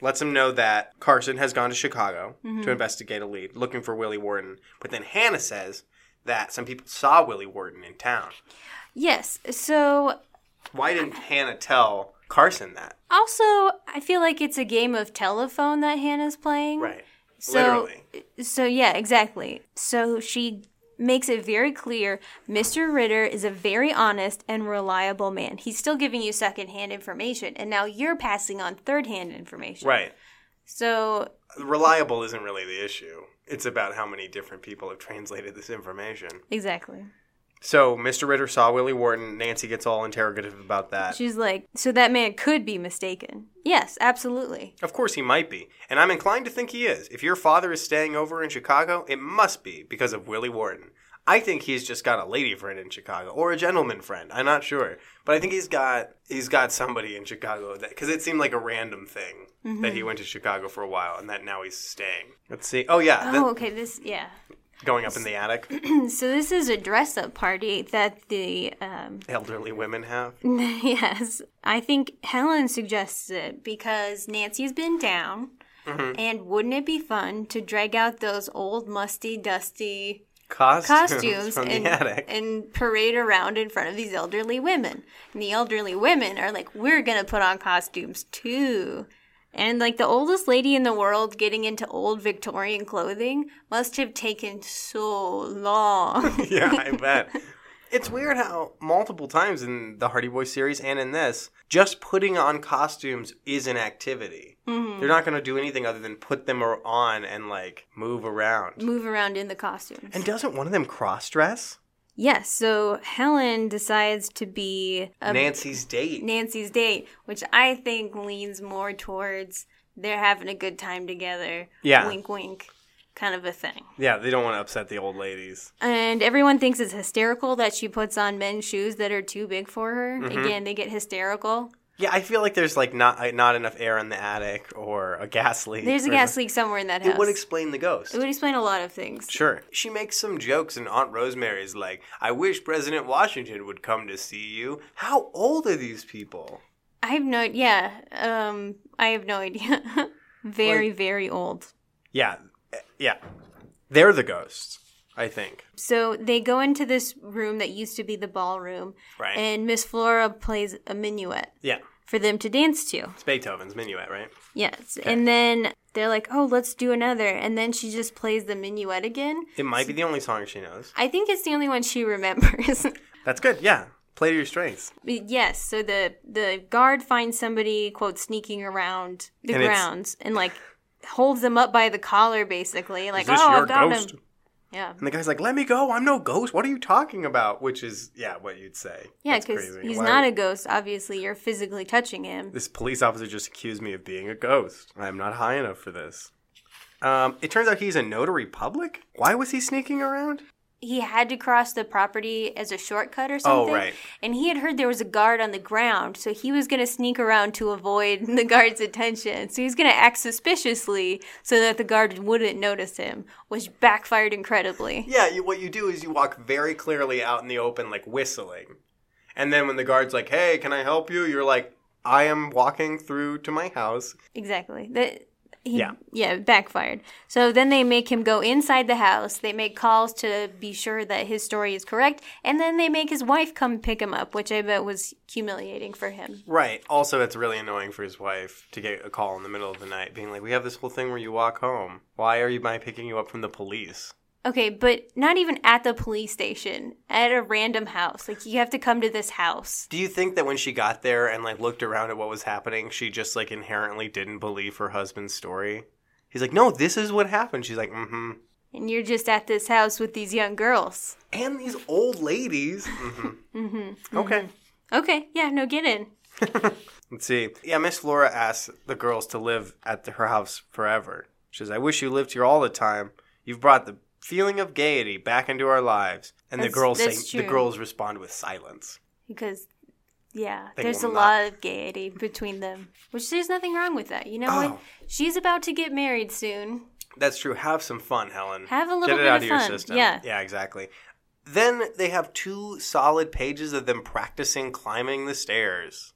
S1: lets him know that Carson has gone to Chicago to investigate a lead, looking for Willie Warden. But then Hannah says that some people saw Willie Warden in town.
S2: yes, so
S1: Why didn't Hannah tell Carson that?
S2: also, I feel like it's a game of telephone that Hannah's playing. So,
S1: Literally.
S2: So, yeah, exactly. So she makes it very clear Mr. Ritter is a very honest and reliable man. He's still giving you secondhand information, and now you're passing on third-hand information.
S1: Right.
S2: So,
S1: Reliable isn't really the issue. It's about how many different people have translated this information.
S2: exactly.
S1: So Mr. Ritter saw Willie Warden. Nancy gets all interrogative about that.
S2: She's like, so that man could be mistaken. Yes, absolutely.
S1: Of course he might be, and I'm inclined to think he is. If your father is staying over in Chicago, it must be because of Willie Warden. I think he's just got a lady friend in Chicago or a gentleman friend. I'm not sure, but I think he's got he's got somebody in Chicago that because it seemed like a random thing that
S2: Mm-hmm.
S1: he went to Chicago for a while and that now he's staying. Let's see. Oh yeah, the-
S2: Oh, okay. This, yeah.
S1: going up in the attic,
S2: So this is a dress-up party that the um,
S1: elderly women have.
S2: Mm. [LAUGHS] yes, I think Helen suggests it because Nancy's been down,
S1: Mm-hmm.
S2: and wouldn't it be fun to drag out those old, musty, dusty
S1: Costumes, [LAUGHS]
S2: costumes
S1: from
S2: and,
S1: the attic.
S2: and parade around in front of these elderly women. And the elderly women are like, we're going to put on costumes too. And like the oldest lady in the world getting into old Victorian clothing must have taken so long.
S1: [LAUGHS]
S2: [LAUGHS]
S1: yeah, I bet. It's weird how multiple times in the Hardy Boys series and in this, just putting on costumes is an activity.
S2: Mm-hmm.
S1: They're not going to do anything other than put them or- on and like move around.
S2: Move around in the costumes.
S1: And doesn't one of them cross dress?
S2: yes, so Helen decides to be a
S1: Nancy's date.
S2: Nancy's date, which I think leans more towards they're having a good time together.
S1: Yeah.
S2: Wink, wink, kind of a thing.
S1: yeah, they don't want to upset the old ladies.
S2: And everyone thinks it's hysterical that she puts on men's shoes that are too big for her.
S1: Mm-hmm.
S2: Again, they get hysterical.
S1: Yeah, I feel like there's like not uh, not enough air in the attic or a gas leak.
S2: There's a
S1: or-
S2: gas leak somewhere in that house.
S1: It would explain the ghost.
S2: it would explain a lot of things.
S1: Sure. She makes some jokes, and Aunt Rosemary is like, I wish President Washington would come to see you. How old are these people?
S2: I have no yeah, um I have no idea. [LAUGHS] very very old.
S1: Yeah. eh, Yeah. They're the ghosts, I think.
S2: So they go into this room that used to be the ballroom
S1: Right.
S2: and Miss Flora plays a minuet
S1: Yeah.
S2: for them to dance to.
S1: It's Beethoven's minuet, right?
S2: Yes. And then they're like, "Oh, let's do another." And then she just plays the minuet again.
S1: It might be the only song she knows.
S2: I think it's the only one she [LAUGHS] remembers.
S1: That's good. Yeah. Play to your strengths.
S2: Yes, so the the guard finds somebody quote sneaking around the
S1: And it's-
S2: grounds and like holds them up by the collar basically like
S1: Is this
S2: oh
S1: your
S2: I've got
S1: ghost?
S2: him yeah
S1: And the guy's like, let me go. I'm no ghost. What are you talking about? Which is, yeah, what you'd say.
S2: yeah
S1: That's
S2: because
S1: crazy.
S2: he's
S1: Why
S2: not
S1: would-
S2: a ghost obviously you're physically touching him
S1: This police officer just accused me of being a ghost. I am not high enough for this. Um, it turns out he's a notary public. Why was he sneaking around?
S2: he had to cross the property as a shortcut or something
S1: Oh, right.
S2: and he had heard there was a guard on the ground so he was going to sneak around to avoid [LAUGHS] the guard's attention so he was going to act suspiciously so that the guard wouldn't notice him which backfired incredibly
S1: Yeah, you, what you do is you walk very clearly out in the open, like whistling. And then when the guard's like, hey, can I help you? You're like, I am walking through to my house.
S2: Exactly. That he-
S1: Yeah.
S2: yeah, it backfired. So then they make him go inside the house. They make calls to be sure that his story is correct, and then they make his wife come pick him up, which I bet was humiliating for him.
S1: Right. Also, it's really annoying for his wife to get a call in the middle of the night being like, We have this whole thing where you walk home. Why are you by picking you up from the police?
S2: Okay, but not even at the police station, at a random house. Like you have to come to this house.
S1: Do you think that when she got there and like looked around at what was happening, she just like inherently didn't believe her husband's story? He's like, No, this is what happened. She's like, Mm hmm.
S2: And you're just at this house with these young girls.
S1: And these old ladies. Mm hmm.
S2: [LAUGHS] Mm-hmm.
S1: Okay.
S2: Okay, yeah, no, get in.
S1: Let's see. Yeah, Miss Flora asks the girls to live at the, her house forever. She says, I wish you lived here all the time. You've brought the feeling of gaiety back into our lives. And the
S2: That's-
S1: girls
S2: that's
S1: say, the
S2: true.
S1: girls respond with silence.
S2: Because, yeah,
S1: They
S2: there's a
S1: will
S2: lot of gaiety between them, which there's nothing wrong with that. You know
S1: Oh.
S2: what? She's about to get married soon.
S1: That's true. Have some fun, Helen.
S2: Have a
S1: Get
S2: little
S1: it
S2: bit
S1: out
S2: of
S1: of your
S2: fun.
S1: system.
S2: Yeah.
S1: Yeah, exactly. Then they have two solid pages of them practicing climbing the stairs.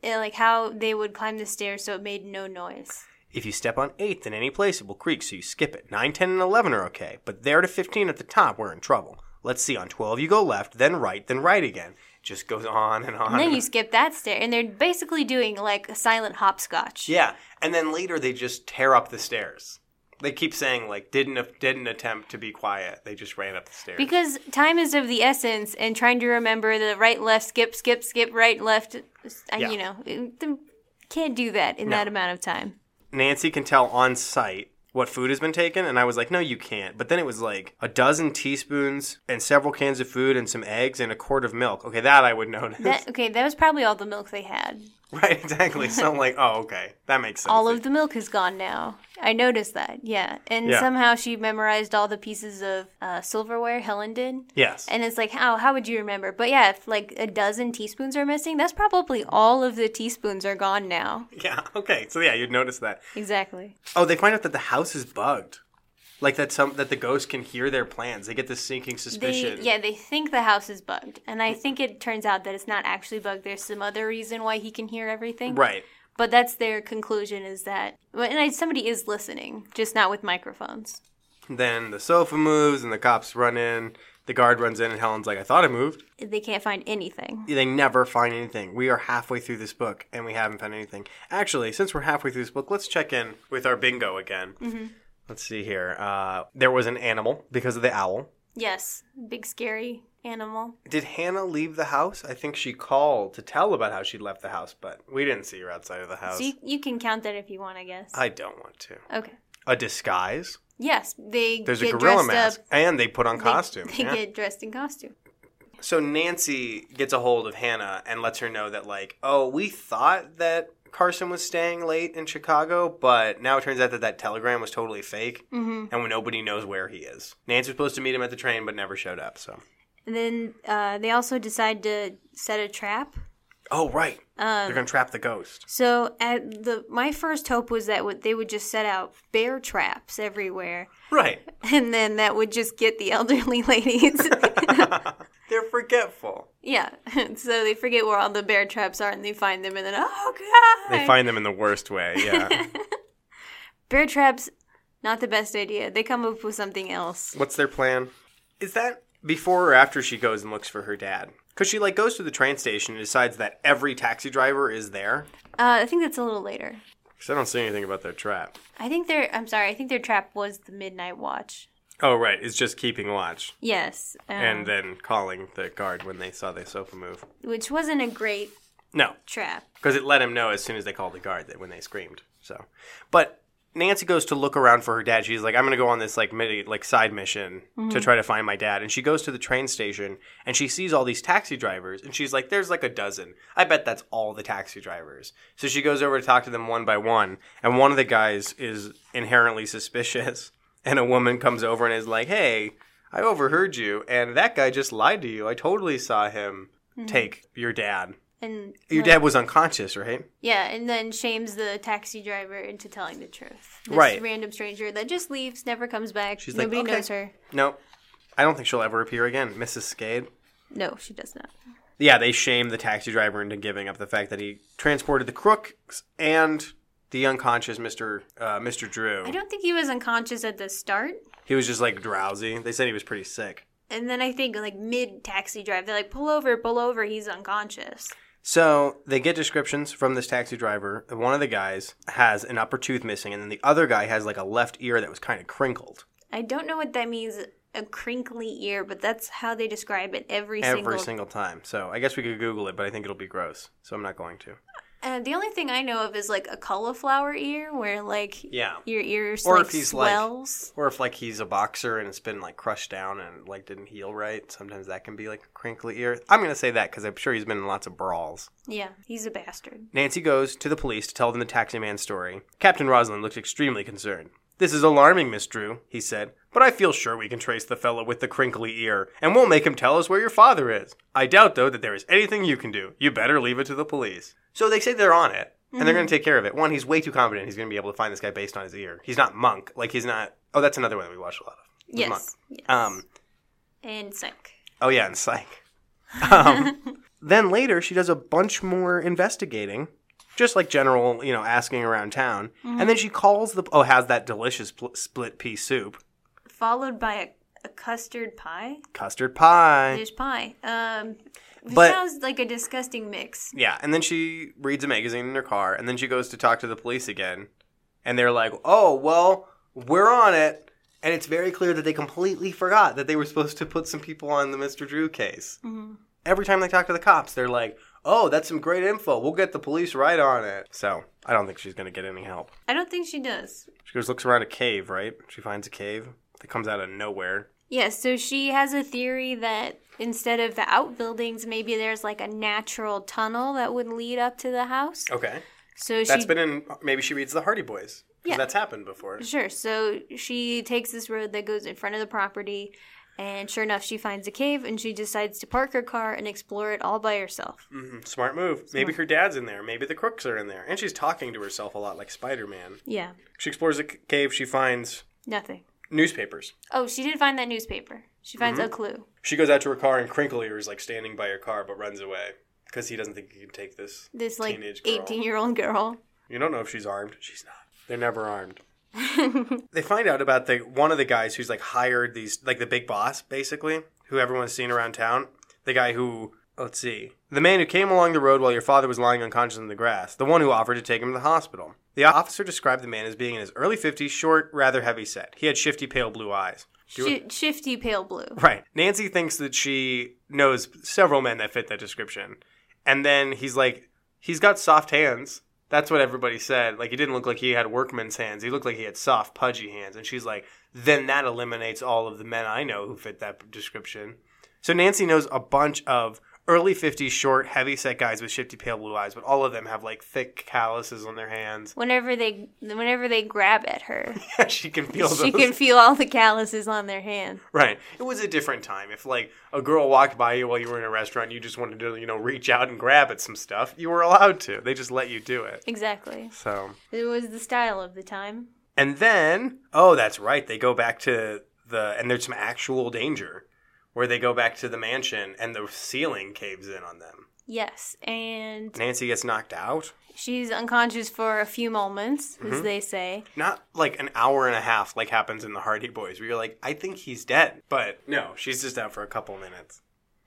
S2: And, eh, like how they would climb the stairs so it made no noise.
S1: If you step on 8th in any place, it will creak, so you skip it. 9, 10, and 11 are okay, but there to 15 at the top, we're in trouble. Let's see, on 12 you go left, then right, then right again. Just goes on and on.
S2: And then you skip that stair, and they're basically doing like a silent hopscotch.
S1: yeah, and then later they just tear up the stairs. They keep saying, like, didn't, didn't attempt to be quiet. They just ran up the stairs.
S2: Because time is of the essence, and trying to remember the right, left, skip, skip, skip, right, left, uh,
S1: Yeah.
S2: you know, it- th- can't do that in
S1: No.
S2: that amount of time.
S1: Nancy can tell on site what food has been taken, and I was like, no, you can't. But then it was like a dozen teaspoons and several cans of food and some eggs and a quart of milk. Okay, that I would [LAUGHS] notice.
S2: That, okay, that was probably all the milk they had.
S1: right, exactly. So I'm like, oh, okay, that makes sense.
S2: All of the milk is gone now. I noticed that, yeah. And
S1: Yeah.
S2: somehow she memorized all the pieces of uh, silverware Helen did.
S1: Yes.
S2: And it's like, how how would you remember? But yeah, if like a dozen teaspoons are missing, that's probably all of the teaspoons are gone now.
S1: [LAUGHS] yeah. Okay. So yeah, you'd notice that.
S2: Exactly.
S1: Oh, they find out that the house is bugged. Like that some that the ghost can hear their plans. They get this sinking
S2: They,
S1: suspicion.
S2: yeah, they think the house is bugged, and I think it turns out that it's not actually bugged. There's some other reason why he can hear everything.
S1: Right.
S2: But that's their conclusion is that, well, and I, somebody is listening, just not with microphones.
S1: Then the sofa moves and the cops run in. The guard runs in and Helen's like, I thought it moved.
S2: They can't find anything.
S1: They never find anything. We are halfway through this book and we haven't found anything. Actually, since we're halfway through this book, let's check in with our bingo again.
S2: Mm-hmm.
S1: Let's see here. Uh, there was an animal because of the owl.
S2: Yes, big scary animal.
S1: Did Hannah leave the house? I think she called to tell about how she left the house, but we didn't see her outside of the house.
S2: So you, you can count that if you want, I guess.
S1: I don't want to.
S2: okay.
S1: A disguise.
S2: Yes, they
S1: There's
S2: get
S1: a gorilla
S2: dressed
S1: mask,
S2: up.
S1: and they put on
S2: they-
S1: costume.
S2: [LAUGHS] They
S1: yeah.
S2: get dressed in costume.
S1: So Nancy gets a hold of Hannah and lets her know that, like, oh, we thought that Carson was staying late in Chicago, but now it turns out that that telegram was totally fake, and nobody knows where he is. Nancy was supposed to meet him at the train, but never showed up. So,
S2: And then uh, they also decide to set a trap.
S1: oh right, they're gonna trap the ghost.
S2: So at the my first hope was that would, they would just set out bear traps everywhere, [LAUGHS]
S1: Right,
S2: and then that would just get the [LAUGHS] elderly ladies.
S1: [LAUGHS] they're forgetful.
S2: yeah, [LAUGHS] so they forget where all the bear traps are, and they find them, and then oh god,
S1: They find them in the worst way. [LAUGHS] Yeah.
S2: bear traps. Not the best idea. They come up with something else.
S1: What's their plan? Is that before or after she goes and looks for her dad? Because she like goes to the train station and decides that every taxi driver is there.
S2: Uh, I think that's a little later.
S1: Because I don't see anything about their trap.
S2: I think their I'm sorry. I think their trap was the midnight watch.
S1: Oh right, it's just keeping watch
S2: Yes, um,
S1: and then calling the guard when they saw the sofa move.
S2: which wasn't a great
S1: No,
S2: trap.
S1: because it let him know as soon as they called the guard that when they screamed. So, but Nancy goes to look around for her dad. She's like, "I'm gonna go on this like mini, like side mission to try to find my dad." And she goes to the train station and she sees all these taxi drivers, and she's like, "There's like a dozen. I bet that's all the taxi drivers." So she goes over to talk to them one by one, and one of the guys is inherently suspicious, [LAUGHS] and a woman comes over and is like, "Hey." I overheard you, and that guy just lied to you. I totally saw him take your dad.
S2: And
S1: Your dad was unconscious, right?
S2: Yeah, and then shames the taxi driver into telling the truth. This
S1: Right.
S2: Random stranger that just leaves, never comes back.
S1: She's like,
S2: Nobody
S1: "Okay."
S2: knows her.
S1: No, I don't think she'll ever appear again, Mrs. Skade.
S2: No, she does not.
S1: Yeah, they shame the taxi driver into giving up the fact that he transported the crooks and the unconscious Mr. Uh, Mr. Drew.
S2: I don't think he was unconscious at the start.
S1: He was just like drowsy. They said he was pretty sick.
S2: And then I think like mid taxi drive, they're like, pull over, pull over, he's unconscious.
S1: So they get descriptions from this taxi driver. One of the guys has an upper tooth missing, and then the other guy has like a left ear that was kind of crinkled.
S2: I don't know what that means, a crinkly ear, but that's how they describe it every,
S1: every
S2: single.
S1: single time. So I guess we could Google it, but I think it'll be gross. So I'm not going to.
S2: uh, the only thing I know of is like a cauliflower ear, where like
S1: Yeah.
S2: your ears
S1: Or
S2: like
S1: if he's, like-
S2: swells.
S1: Or if like he's a boxer and it's been like crushed down and like didn't heal right, sometimes that can be like a crinkly ear. I'm gonna say that because I'm sure he's been in lots of brawls.
S2: yeah, he's a bastard.
S1: Nancy goes to the police to tell them the taxi man's story. Captain Roslin looked extremely concerned. This is alarming, Miss Drew, he said, but I feel sure we can trace the fellow with the crinkly ear, and we'll make him tell us where your father is. I doubt, though, that there is anything you can do. You better leave it to the police. So they say they're on it, and they're going to take care of it. One, he's way too confident he's going to be able to find this guy based on his ear. He's not Monk. Like, he's not. Oh, that's another one that we watch a lot of. He's Monk.
S2: Yes, yes.
S1: Um,
S2: and psych.
S1: Oh yeah, and psych. Um, then later, she does a bunch more investigating, just like general, you know, asking around town, and then she calls the oh has that delicious pl- split pea soup,
S2: followed by a, a custard pie.
S1: custard pie.
S2: There's pie. Um, it
S1: Eh. But-
S2: sounds like a disgusting mix.
S1: Yeah, and then she reads a magazine in her car, and then she goes to talk to the police again, and they're like, "Oh well, we're on it," and it's very clear that they completely forgot that they were supposed to put some people on the Mr. Drew case.
S2: Mm-hmm.
S1: Every time they talk to the cops, they're like, "Oh, that's some great info. We'll get the police right on it." So I don't think she's gonna get any help.
S2: I don't think she does.
S1: She goes looks around a cave, right? She finds a cave that comes out of nowhere.
S2: Yeah, so she has a theory that instead of the outbuildings, maybe there's like a natural tunnel that would lead up to the house.
S1: Okay,
S2: So she
S1: Oh, that's been in. Maybe she reads the Hardy Boys. 'cause
S2: Yeah.
S1: that's happened before.
S2: sure. So she takes this road that goes in front of the property, and sure enough, she finds a cave and she decides to park her car and explore it all by herself.
S1: Mhm, Smart move. Maybe her dad's in there. Maybe the crooks are in there. And she's talking to herself a lot like Spider Man.
S2: Yeah,
S1: She explores a c- cave. She finds
S2: nothing.
S1: newspapers.
S2: Oh, she did find that newspaper. She finds
S1: Mm-hmm.
S2: a clue.
S1: She goes out to her car, and Crinkle Ear is like standing by her car but runs away because he doesn't think he can take this.
S2: This like
S1: Teenage girl.
S2: 18 year old girl.
S1: You don't know if she's armed. She's not. They're never armed. they find out about the one of the guys who's like hired these like the big boss basically, who everyone's seen around town. The guy who let's see. The man who came along the road while your father was lying unconscious in the grass, the one who offered to take him to the hospital. The officer described the man as being in his early 50s, short, rather heavy set. He had shifty pale blue eyes.
S2: Shi shifty pale blue.
S1: Right. Nancy thinks that she knows several men that fit that description. And then he's like, he's got soft hands. That's what everybody said. Like, he didn't look like he had workman's hands. He looked like he had soft, pudgy hands. And she's like, then that eliminates all of the men I know who fit that description. So Nancy knows a bunch of early 50s short, heavy set guys with shifty, pale blue eyes, but all of them have like thick calluses on their hands. [LAUGHS]
S2: Whenever they whenever they grab at her,
S1: she can feel
S2: she
S1: those.
S2: can feel all the calluses on their hand.
S1: Right. It was a different time. If like a girl walked by you while you were in a restaurant, you just wanted to you know reach out and grab at some stuff. You were allowed to. They just let you do it.
S2: Exactly.
S1: So.
S2: It was the style of the time.
S1: And then, oh, that's right. They go back to the and there's some actual danger where they go back to the mansion and the ceiling caves in on them.
S2: Yes, and
S1: Nancy gets knocked out.
S2: she's unconscious for a few moments,
S1: Mm-hmm.
S2: as they say.
S1: Not like an hour and a half like happens in the Hardy Boys where you're like, I think he's dead. But no, she's just out for a couple minutes.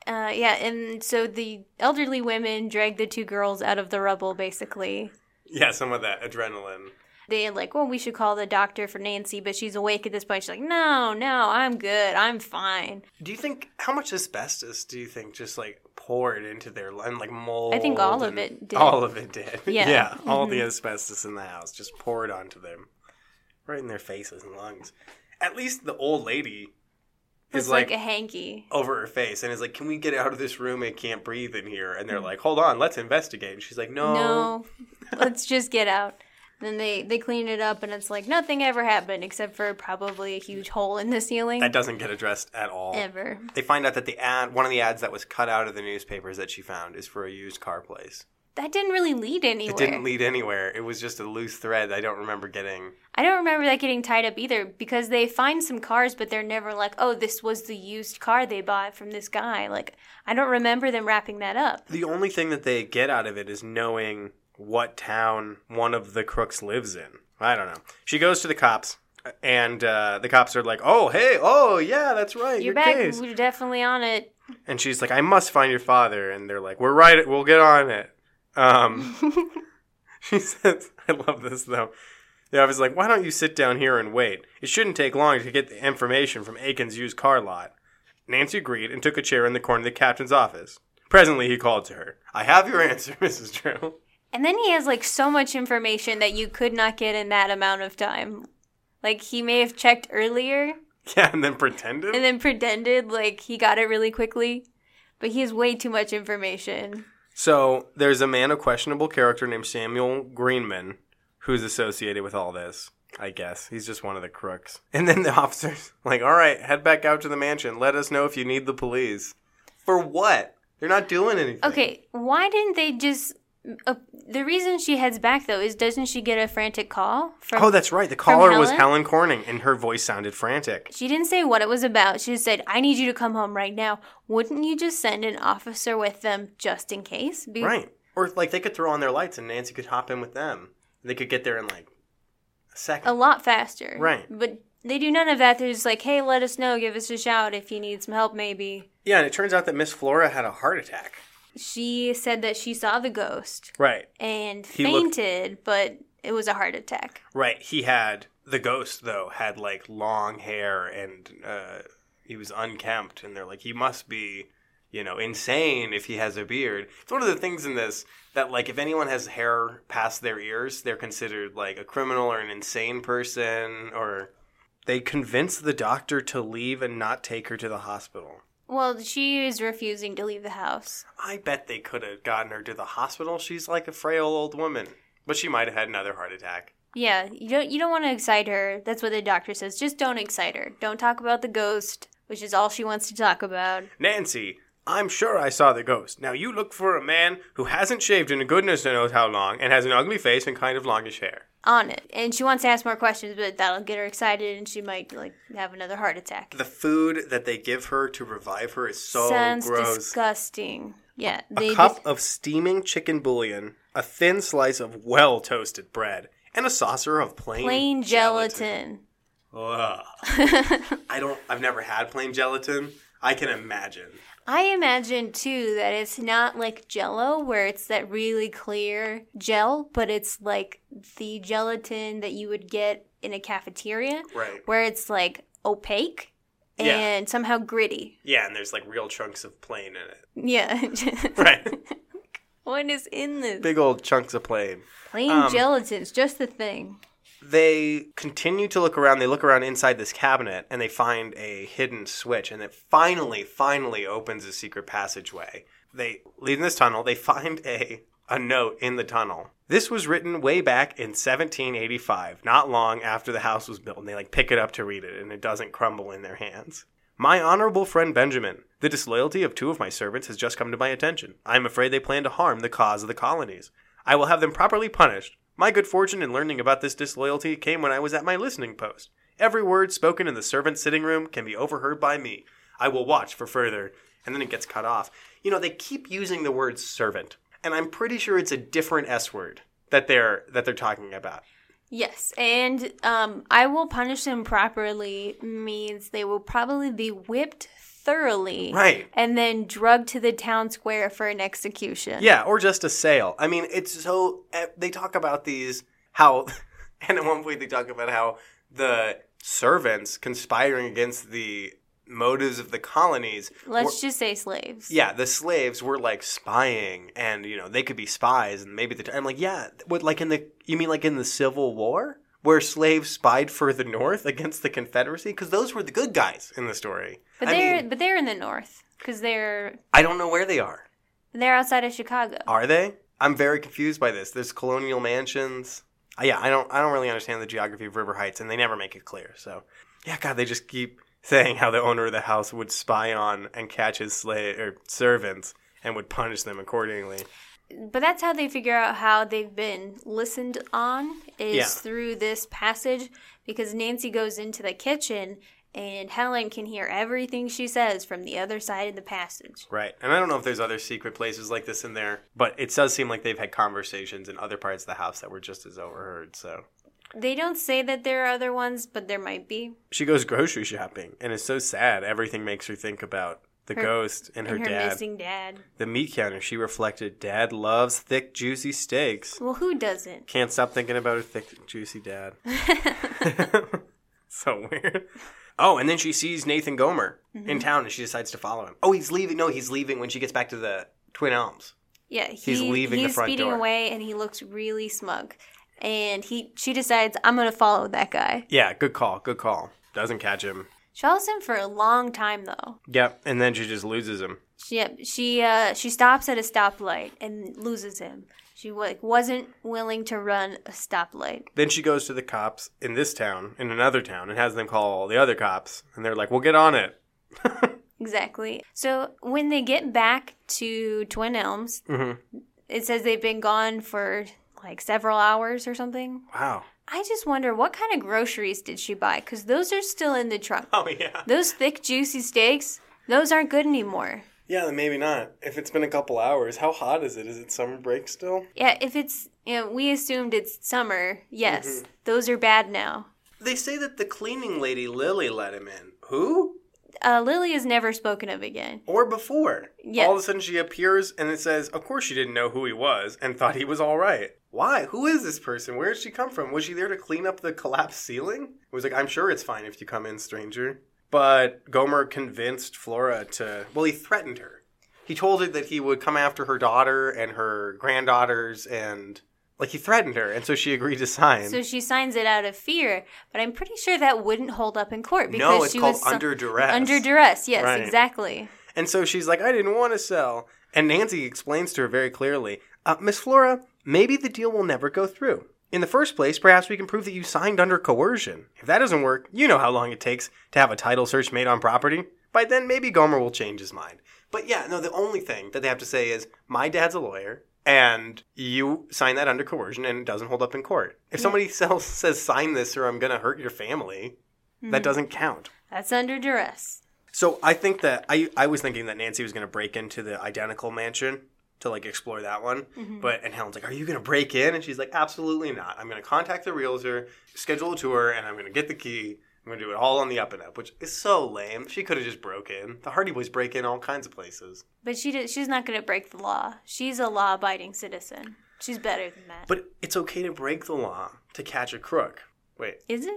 S2: Uh, yeah, and so the elderly women drag the two girls out of the rubble, basically.
S1: Yeah, some of that adrenaline.
S2: They had like, well, we should call the doctor for Nancy, but she's awake at this point. She's like, no, no, I'm good, I'm fine.
S1: Do you think how much asbestos do you think just like poured into their and like mold?
S2: I think all of
S1: and-
S2: it did.
S1: All of it did. [LAUGHS]
S2: Yeah. Mm-hmm.
S1: all the asbestos in the house just poured onto them, right in their faces and lungs. At least the old lady
S2: It's
S1: is
S2: like,
S1: like,
S2: a hanky.
S1: over her face and is like, "Can we get out of this room? I can't breathe in here." And they're like, "Hold on, let's investigate." And she's like, "No."
S2: Mm. no let's just get out then they they clean it up and it's like nothing ever happened except for probably a huge hole in the ceiling
S1: That doesn't get addressed at all.
S2: ever
S1: They find out that the ad, one of the ads that was cut out of the newspapers that she found, is for a used car place.
S2: that didn't really lead anywhere
S1: It didn't lead anywhere. It was just a loose thread. I don't remember getting.
S2: i don't remember that getting tied up either because they find some cars but they're never like oh this was the used car they bought from this guy like i don't remember them wrapping that up
S1: The only thing that they get out of it is knowing what town one of the crooks lives in. I don't know. She goes to the cops, and uh, the cops are like, "Oh, hey, oh yeah, that's right,
S2: You're
S1: your
S2: back.
S1: case."
S2: We're definitely on it.
S1: And she's like, "I must find your father," and they're like, "We're right. We'll get on it." Um, she says, [LAUGHS] "I love this though." The officer's like, "Why don't you sit down here and wait? It shouldn't take long to get the information from Aiken's used car lot." Nancy agreed and took a chair in the corner of the captain's office. Presently, he called to her. "I have your answer, [LAUGHS] Mrs. Drew."
S2: And then he has like so much information that you could not get in that amount of time. Like he may have checked earlier
S1: Yeah, and then pretended.
S2: and then pretended like he got it really quickly, but he has way too much information.
S1: So there's a man of questionable character named Samuel Greenman who's associated with all this. I guess he's just one of the crooks. [LAUGHS] And then the officers like, "All right, head back out to the mansion. Let us know if you need the police." For what? They're not doing anything.
S2: Okay, why didn't they just? Uh, the reason she heads back though is doesn't she get a frantic call from?
S1: Oh, that's right. The caller was
S2: Helen?
S1: Helen Corning, and her voice sounded frantic.
S2: she didn't say what it was about. She just said, "I need you to come home right now." Wouldn't you just send an officer with them just in case? Be-
S1: Right. Or like they could throw on their lights, and Nancy could hop in with them. They could get there in like a
S2: a
S1: second.
S2: lot faster.
S1: Right.
S2: But they do none of that. They're just like, hey, let us know, give us a shout if you need some help, maybe.
S1: Yeah, and it turns out that Miss Flora had a heart attack.
S2: She said that she saw the ghost
S1: Right.
S2: and
S1: He looked-
S2: fainted, but it was a heart attack.
S1: Right. He had the ghost though had like long hair and uh, he was unkempt, and they're like he must be, you know, insane if he has a beard. It's one of the things in this that like if anyone has hair past their ears, they're considered like a criminal or an insane person or. They convince the doctor to leave and not take her to the hospital.
S2: Well, she is refusing to leave the house.
S1: I bet they could have gotten her to the hospital. She's like a frail old woman, but she might have had another heart attack.
S2: Yeah, you don't you don't want to excite her. That's what the doctor says. Just don't excite her. Don't talk about the ghost, which is all she wants to talk about.
S1: Nancy, I'm sure I saw the ghost. Now you look for a man who hasn't shaved in goodness knows how long and has an ugly face and kind of longish hair.
S2: On it. And she wants to ask more questions, but that'll get her excited and she might like have another heart attack.
S1: The food that they give her to revive her is so
S2: Sounds
S1: gross.
S2: disgusting. Yeah,
S1: a
S2: they
S1: cup
S2: just-
S1: of steaming chicken bouillon, a thin slice of well toasted bread, and a saucer of plain,
S2: plain gelatin.
S1: Ugh.
S2: [LAUGHS]
S1: I don't. I've never had plain gelatin. I can imagine.
S2: I imagine too that it's not like jello where it's that really clear gel, but it's like the gelatin that you would get in a cafeteria [LAUGHS]
S1: Right.
S2: where it's like opaque and
S1: Yeah.
S2: somehow gritty.
S1: Yeah, and there's like real chunks of plain in it.
S2: Yeah. [LAUGHS]
S1: Right.
S2: what is in this?
S1: Big old chunks of plain.
S2: Plain
S1: um,
S2: gelatin's just the thing.
S1: they continue to look around. They look around inside this cabinet and they find a hidden switch, and it finally, finally opens a secret passageway. They leave in this tunnel. They find a a note in the tunnel. This was written way back in 1785, not long after the house was built. And they like pick it up to read it, and it doesn't crumble in their hands. My honorable friend Benjamin, the disloyalty of two of my servants has just come to my attention. I am afraid they plan to harm the cause of the colonies. I will have them properly punished. My good fortune in learning about this disloyalty came when I was at my listening post. Every word spoken in the servants' sitting room can be overheard by me. I will watch for further. And then it gets cut off. You know, they keep using the word servant, and I'm pretty sure it's a different S word that they're that they're talking about.
S2: Yes, and um, I will punish them properly means they will probably be whipped thoroughly,
S1: Right.
S2: and then drugged to the town square for an execution.
S1: Yeah, or just a sale. I mean, it's so eh, they talk about these how, [LAUGHS] and at one point they talk about how the servants conspiring against the motives of the colonies. were-
S2: let's just say slaves.
S1: yeah, the slaves were like spying, and you know they could be spies, and maybe the I'm like, yeah, what like in the you mean like in the Civil War where slaves spied for the North [LAUGHS] against the Confederacy because those were the good guys in the story.
S2: but
S1: I
S2: they're
S1: mean,
S2: but they're in the north because they're
S1: I don't know where they are.
S2: they're outside of Chicago.
S1: Are they? I'm very confused by this. There's colonial mansions. Uh, yeah, I don't I don't really understand the geography of River Heights and they never make it clear. So, yeah, god, they just keep saying how the owner of the house would spy on and catch his slave or servants and would punish them accordingly.
S2: But that's how they figure out how they've been listened on is
S1: Yeah.
S2: through this passage because Nancy goes into the kitchen and Helen can hear everything she says from the other side of the passage.
S1: Right. And I don't know if there's other secret places like this in there, but it does seem like they've had conversations in other parts of the house that were just as overheard. So
S2: They don't say that there are other ones, but there might be.
S1: she goes grocery shopping and it's so sad. Everything makes her think about the
S2: Her-
S1: ghost and her,
S2: and her
S1: dad.
S2: missing dad.
S1: The meat counter, she reflected, Dad loves thick, juicy steaks.
S2: Well, who doesn't?
S1: Can't stop thinking about her thick, juicy dad. [LAUGHS] so weird. Oh, and then she sees Nathan Gomer in town and she decides to follow him. Oh, he's leaving. No, he's leaving when she gets back to the Twin Elms.
S2: Yeah, he, he's
S1: leaving the front
S2: speeding
S1: door.
S2: away, and he looks really smug. And he, she decides, I'm gonna follow that guy.
S1: Yeah, good call. Good call. Doesn't catch him.
S2: She follows him for a long time though.
S1: Yep. And then she just loses him.
S2: She, yep, she, uh, she stops at a stoplight and loses him. She like wasn't willing to run a stoplight.
S1: Then she goes to the cops in this town, in another town, and has them call all the other cops. And they're like, we'll get on it.
S2: Exactly. So when they get back to Twin Elms, it says they've been gone for like several hours or something.
S1: Wow.
S2: I just wonder what kind of groceries did she buy? Because those are still in the trunk.
S1: Oh, yeah.
S2: Those thick, juicy steaks, those aren't good anymore.
S1: Yeah, then maybe not. If it's been a couple hours, how hot is it? Is it summer break still?
S2: Yeah, if it's, you know, we assumed it's summer. Yes, those are bad now.
S1: They say that the cleaning lady Lily let him in. Who?
S2: Uh, Lily is never spoken of again.
S1: Or before.
S2: Yeah.
S1: All of a sudden she appears and it says, Of course she didn't know who he was and thought he was alright. Why? Who is this person? Where did she come from? Was she there to clean up the collapsed ceiling? It was like, I'm sure it's fine if you come in, stranger. But Gomer convinced Flora to well, he threatened her. He told her that he would come after her daughter and her granddaughters and like he threatened her, and so she agreed to sign.
S2: So she signs it out of fear, but I'm pretty sure that wouldn't hold up in court because
S1: no, it's
S2: she
S1: called
S2: was so-
S1: under duress.
S2: Under duress, yes,
S1: Right.
S2: exactly.
S1: And so she's like, I didn't want to sell. And Nancy explains to her very clearly, uh, Miss Flora, maybe the deal will never go through. In the first place, perhaps we can prove that you signed under coercion. If that doesn't work, you know how long it takes to have a title search made on property. By then, maybe Gomer will change his mind. But yeah, no, the only thing that they have to say is, my dad's a lawyer, and you sign that under coercion, and it doesn't hold up in court. If somebody [LAUGHS] sells, says, sign this or I'm going to hurt your family, that doesn't count.
S2: That's under duress.
S1: So I think that I I was thinking that Nancy was going to break into the identical mansion to like explore that one,
S2: Mm-hmm.
S1: but and Helen's like, "Are you going to break in?" And she's like, "Absolutely not. I'm going to contact the realtor, schedule a tour, and I'm going to get the key. I'm going to do it all on the up and up," which is so lame. She could have just broke in. The Hardy Boys break in all kinds of places.
S2: But she did, she's not going to break the law. She's a law abiding citizen. She's better than that.
S1: But it's okay to break the law to catch a crook. Wait,
S2: Is it?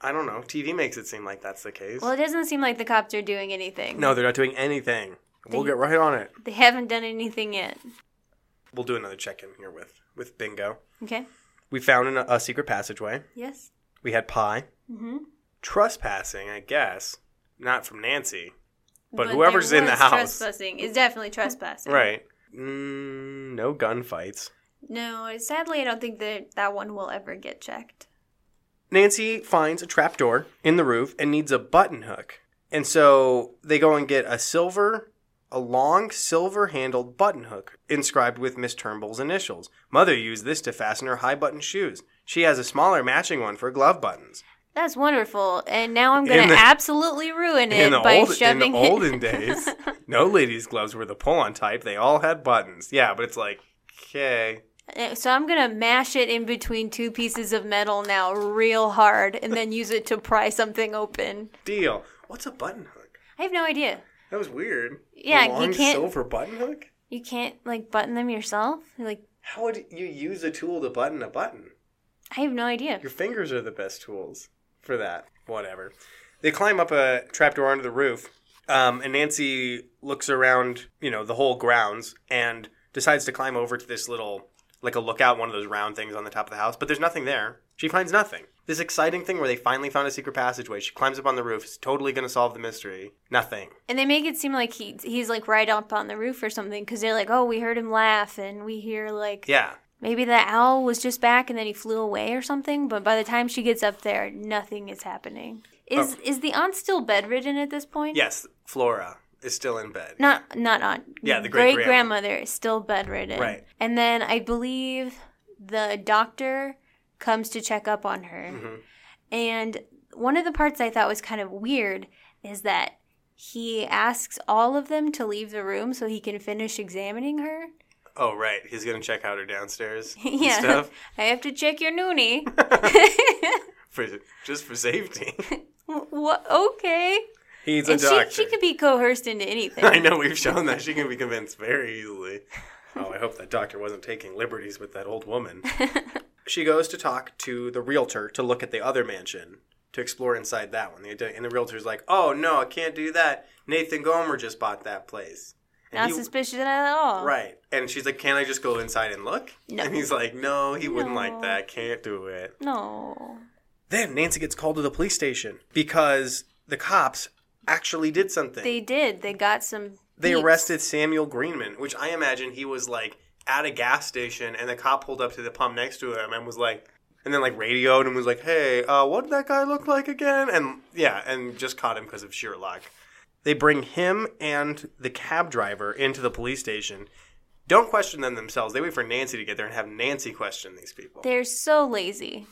S1: I don't know. TV makes it seem like that's the case.
S2: Well, it doesn't seem like the cops are doing anything.
S1: no, they're not doing anything. We'll get right on it.
S2: They haven't done anything yet.
S1: We'll do another check-in here with with Bingo.
S2: Okay?
S1: We found an, a secret passageway.
S2: Yes?
S1: We had pie.
S2: Mm-hmm.
S1: Trespassing, I guess. Not from Nancy. But
S2: there
S1: whoever's in the
S2: was
S1: house-
S2: Trespassing is definitely trespassing.
S1: Right. Mm, no gunfights.
S2: No, sadly, I don't think that that one will ever get checked.
S1: Nancy finds a trapdoor in the roof and needs a button hook. And so they go and get a silver, a long silver handled button hook inscribed with Miss Turnbull's initials. Mother used this to fasten her high button shoes. She has a smaller matching one for glove buttons.
S2: That's wonderful. And now I'm going
S1: In
S2: to
S1: the-
S2: absolutely ruin it
S1: in the
S2: by
S1: old in
S2: shoving
S1: the
S2: it. [LAUGHS]
S1: olden days, no ladies' gloves were the pull-on type. They all had buttons. Yeah, but it's like, okay,
S2: Uh, So I'm gonna mash it in between two pieces of metal now, real hard, and then use it to pry something open.
S1: deal. What's a button hook?
S2: I have no idea.
S1: That was weird.
S2: Yeah,
S1: a
S2: you
S1: long
S2: can't-
S1: silver button hook.
S2: You can't like button them yourself. Like
S1: How would you use a tool to button a button?
S2: I have no idea.
S1: Your fingers are the best tools for that. Whatever. They climb up a trapdoor onto the roof, um, and Nancy looks around, you know, the whole grounds, and decides to climb over to this little, like a lookout, one of those round things on the top of the house. But there's nothing there. She finds nothing. This exciting thing where they finally found a secret passageway. She climbs up on the roof. It's totally going to solve the mystery. Nothing.
S2: And they make it seem like he he's like right up on the roof or something because they're like, oh, we heard him laugh, and we hear like
S1: Yeah.
S2: maybe the owl was just back and then he flew away or something. But by the time she gets up there, nothing is happening. Is
S1: Oh.
S2: is the aunt still bedridden at this point?
S1: Yes, Flora is still in bed.
S2: not not aunt.
S1: Yeah, the
S2: great
S1: great-grandma.
S2: grandmother is still bedridden.
S1: Right.
S2: And then I
S1: Mm-hmm.
S2: believe the doctor comes to check up on her, and one of the parts I thought was kind of weird is that he asks all of them to leave the room so he can finish examining her. [LAUGHS]
S1: Oh, right. He's going to check out her downstairs. and
S2: yeah,
S1: Stuff
S2: [LAUGHS] I have to check
S1: [LAUGHS]
S2: your noonie. [LAUGHS]
S1: for, just for safety.
S2: what? Okay.
S1: He's a
S2: And she,
S1: doctor.
S2: she could be coerced into
S1: [LAUGHS]
S2: anything.
S1: I know we've shown that she can be convinced very easily. Oh, I hope that doctor wasn't taking liberties with that old
S2: [LAUGHS]
S1: woman. she goes to talk to the realtor to look at the other mansion to explore inside that one. The- And the realtor's like, "Oh no, I can't do that. Nathan Gomer just bought that place." And
S2: Not
S1: he-
S2: suspicious at all.
S1: right. And she's like, "Can I just go inside and look?"
S2: No.
S1: And he's like, "No, he wouldn't like
S2: No.
S1: that. Can't do it."
S2: No.
S1: Then Nancy gets called to the police station because the cops actually did something.
S2: They did. They got some.
S1: They
S2: peeps.
S1: arrested Samuel Greenman, which I imagine he was like at a gas station, and the cop pulled up to the pump next to him and was like, and then like radioed and was like, "Hey, uh, what did that guy look like again?" And yeah, and just caught him because of sheer luck. They bring him and the cab driver into the police station. Don't question them themselves. They wait for Nancy to get there and have Nancy question these people.
S2: They're so lazy.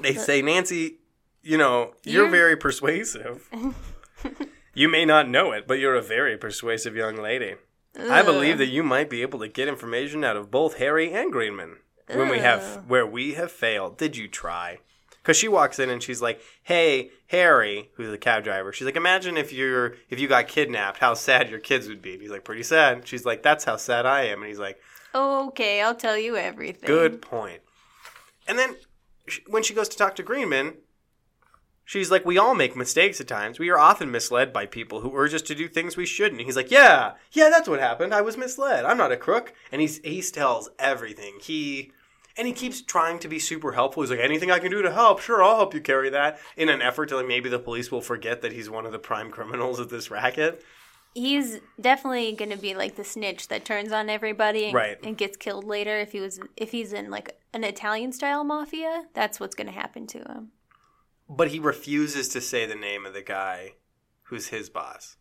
S1: They say, Nancy, you know, you're,
S2: You're-
S1: very persuasive. you may not know it, but you're a very persuasive young lady. I believe that you might be able to get information out of both Harry and Greenman when we have where we have failed. Did you try? Because she walks in and she's like, "Hey, Harry, who's the cab driver?" She's like, "Imagine if you're if you got kidnapped, how sad your kids would be." And he's like, "Pretty sad." She's like, "That's how sad I am." And he's like,
S2: Okay, I'll tell you everything.
S1: Good point. And then sh- when she goes to talk to Greenman, she's like, "We all make mistakes at times. We are often misled by people who urge us to do things we shouldn't." He's like, "Yeah, yeah, that's what happened. I was misled. I'm not a crook." And he's he tells everything. He and he keeps trying to be super helpful. He's like, "Anything I can do to help? Sure, I'll help you carry that." In an effort to like maybe the police will forget that he's one of the prime criminals of this racket.
S2: He's definitely gonna be like the snitch that turns on everybody and,
S1: Right.
S2: and gets killed later. If he was, if he's in like an Italian style mafia, that's what's gonna happen to him.
S1: but he refuses to say the name of the guy who's his boss.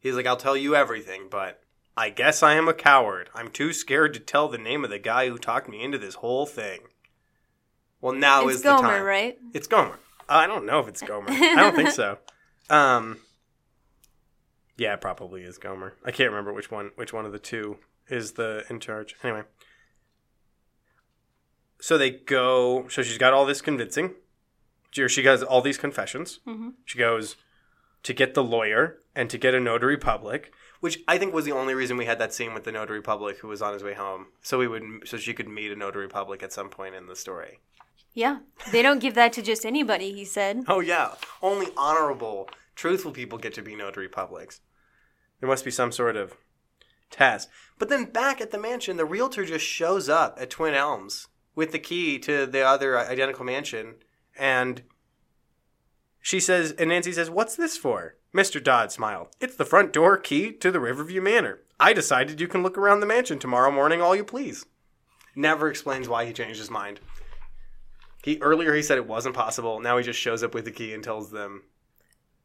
S1: He's like, I'll tell you everything, but I guess I am a coward. I'm too scared to tell the name of the guy who talked me into this whole thing. Well, now
S2: it's
S1: is
S2: Gomer,
S1: the time.
S2: right?
S1: It's Gomer. Uh, I don't know if it's Gomer. I don't think so. Um, yeah, it probably is Gomer. I can't remember which one. Which one of the two is the in charge? Anyway, so they go. So she's got all this convincing. Or she has all these confessions.
S2: hmm
S1: She goes to get the lawyer and to get a notary public, which I think was the only reason we had that scene with the notary public who was on his way home. So we would, so she could meet a notary public at some point in the story.
S2: Yeah, they don't give that to just anybody. He [LAUGHS] said.
S1: Oh yeah, only honorable, truthful people get to be notary publics. There must be some sort of test. But then back at the mansion, the realtor just shows up at Twin Elms with the key to the other uh, identical mansion, and she says, and Nancy says, "What's this for?" Mister Dodd smiled. "It's the front door key to the Riverview Manor. I decided you can look around the mansion tomorrow morning all you please." Never explains why he changed his mind. He earlier he said it wasn't possible. Now he just shows up with the key and tells them.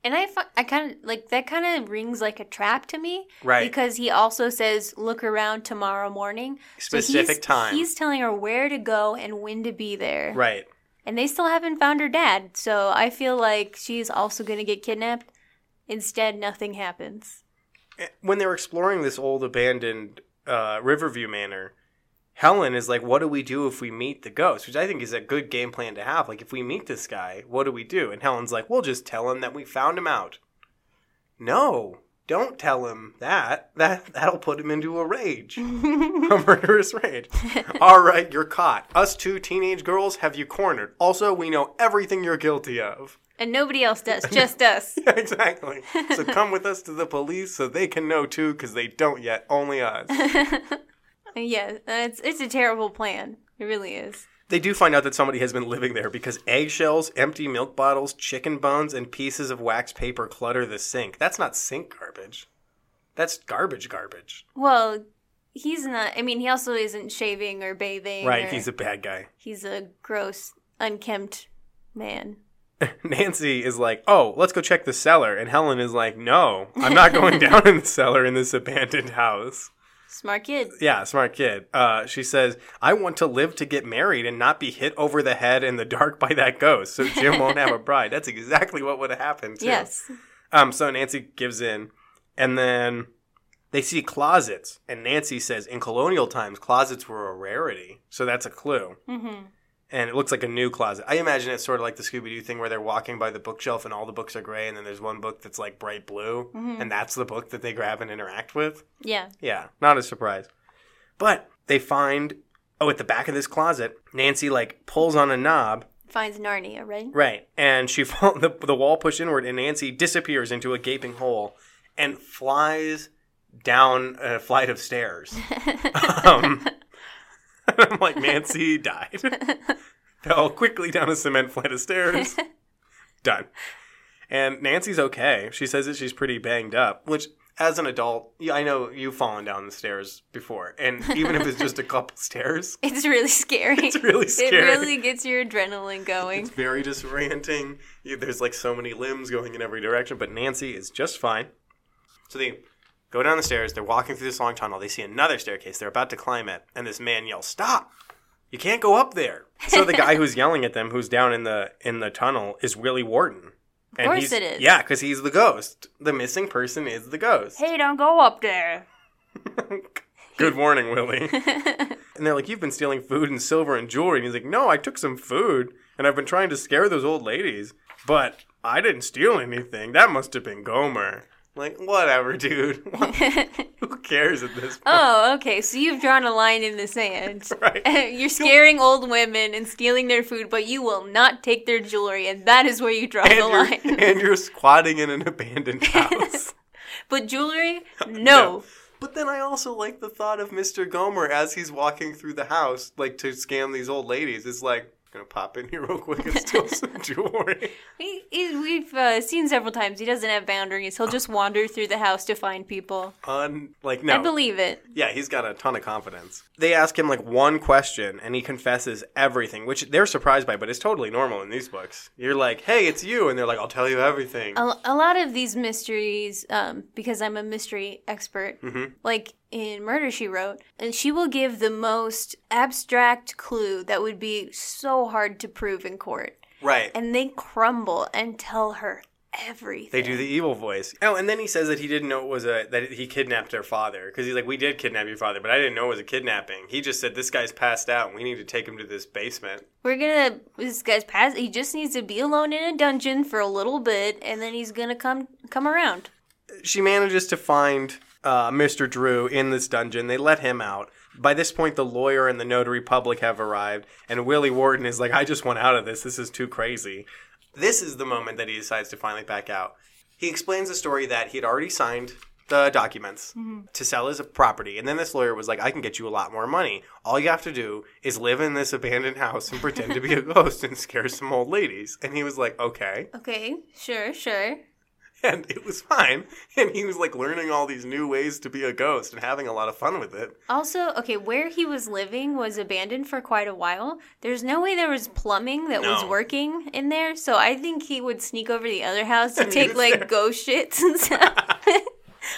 S2: And I, fi- I kind of like that. Kind of rings like a trap to me,
S1: Right.
S2: Because he also says, "Look around tomorrow morning." So he's-
S1: Specific time.
S2: He's telling her where to go and when to be there.
S1: Right.
S2: And they still haven't found her dad, so I feel like she's also going to get kidnapped. Instead, nothing happens.
S1: Eh, When they're exploring this old abandoned uh, Riverview Manor, Helen is like, "What do we do if we meet the ghost?" Which I think is a good game plan to have. Like, if we meet this guy, what do we do? And Helen's like, "We'll just tell him that we found him out." No, don't tell him that. That that'll put him into a rage. a murderous raid. All right, you're caught. Us two teenage girls have you cornered. Also, we know everything you're guilty of.
S2: And nobody else does,
S1: [LAUGHS]
S2: just us.
S1: exactly. So come with us to the police so they can know too, because they don't yet, only us.
S2: Yeah, it's, it's a terrible plan. It really is.
S1: [LAUGHS] they do find out that somebody has been living there because eggshells, empty milk bottles, chicken bones, and pieces of wax paper clutter the sink. That's not sink garbage. That's garbage garbage.
S2: Well, he's not, I mean, he also isn't shaving or bathing.
S1: Right,
S2: or-
S1: he's a bad guy.
S2: he's a gross, unkempt man.
S1: Nancy is like, "Oh, let's go check the cellar," and Helen is like, "No, I'm not going down in the cellar in this abandoned house."
S2: Smart kid.
S1: Yeah, smart kid. Uh, she says, I want to live to get married and not be hit over the head in the dark by that ghost so Jim won't have a bride. That's exactly what would have happened, too.
S2: Yes.
S1: Um, so Nancy gives in, and then they see closets, and Nancy says, in colonial times, closets were a rarity. So that's a clue.
S2: Mm-hmm.
S1: And it looks like a new closet. I imagine it's sort of like the Scooby Doo thing where they're walking by the bookshelf and all the books are gray, and then there's one book that's like bright blue,
S2: Mhm.
S1: and that's the book that they grab and interact with.
S2: Yeah.
S1: Yeah, not a surprise. But they find oh, at the back of this closet, Nancy like pulls on a knob,
S2: Finds Narnia, right?
S1: right, and she [LAUGHS] fall, the the wall pushed inward, and Nancy disappears into a gaping hole and flies down a flight of
S2: [LAUGHS]
S1: stairs. um, [LAUGHS] I'm like Nancy died, [LAUGHS] fell quickly down a cement flight of
S2: [LAUGHS]
S1: stairs. Done. And Nancy's okay. She says that she's pretty banged up, which as an adult, yeah, I know you've fallen down the stairs before. And even if it's just a couple
S2: [LAUGHS]
S1: stairs,
S2: It's really scary.
S1: it's really scary.
S2: It really gets your adrenaline going.
S1: It's very disorienting. You- There's like so many limbs going in every direction, but Nancy is just fine. So they go down the stairs. They're walking through this long tunnel. They see another staircase. They're about to climb it, and this man yells, "Stop! You can't go up there!" So the
S2: [LAUGHS]
S1: guy who's yelling at them, who's down in the in the tunnel, is Willie Wharton. Of
S2: course it is.
S1: Yeah, because he's the ghost. The missing person is the ghost.
S2: [LAUGHS] hey, don't go up there.
S1: [LAUGHS] Good warning, Willie. and they're like, You've been stealing food and silver and jewelry. And he's like, No, I took some food and I've been trying to scare those old ladies, but I didn't steal anything. That must have been Gomer. Like, whatever, dude. [LAUGHS] Who cares at this point?
S2: [LAUGHS] [LAUGHS] oh, okay. So you've drawn a line in the [LAUGHS] sand.
S1: Right.
S2: You're scaring old women and stealing their food, but you will not take their jewelry, and that is where you draw the
S1: And
S2: line. [LAUGHS]
S1: you're, [LAUGHS] and you're squatting in an abandoned house.
S2: But jewelry, no.
S1: But then I also like the thought of Mr. Gomer as he's walking through the house, like to scam these old ladies. It's like, gonna pop in here real quick and
S2: [LAUGHS]
S1: steal some jewelry.
S2: He, he, we've uh, seen several times he doesn't have boundaries. He'll just wander through the house to find people.
S1: Un- like, no.
S2: I believe it.
S1: Yeah, he's got a ton of confidence. They ask him like one question and he confesses everything, which they're surprised by, but it's totally normal in these books. You're like, hey, it's you. And they're like, I'll tell you everything.
S2: A, a lot of these mysteries, um, because I'm a mystery expert,
S1: Mm-hmm.
S2: like in Murder She Wrote, and she will give the most abstract clue that would be so hard to prove in court,
S1: right.
S2: and they crumble and tell her everything.
S1: They do the evil voice. Oh, and then he says that he didn't know it was a that he kidnapped their father because he's like, we did kidnap your father, but I didn't know it was a kidnapping. He just said this guy's passed out. and We need to take him to this basement.
S2: We're gonna this guy's pass. He just needs to be alone in a dungeon for a little bit, and then he's gonna come come around.
S1: she manages to find uh, Mr. Drew in this dungeon. They let him out. By this point, the lawyer and the notary public have arrived, and Willie Wharton is like, I just want out of this. This is too crazy. This is the moment that he decides to finally back out. He explains the story that he had already signed the documents to sell his property, and then this lawyer was like, I can get you a lot more money. All you have to do is live in this abandoned house and pretend to be a ghost and scare some old ladies. And he was like, Okay
S2: Okay, sure, sure.
S1: [LAUGHS] and it was fine. And he was like learning all these new ways to be a ghost and having a lot of fun with it.
S2: Also, okay, where he was living was abandoned for quite a while. There's no way there was plumbing that was
S1: No.
S2: working in there, so I think he would sneak over to the other house
S1: [LAUGHS]
S2: to
S1: Use
S2: take like
S1: their-
S2: ghost shits
S1: [LAUGHS]
S2: and stuff.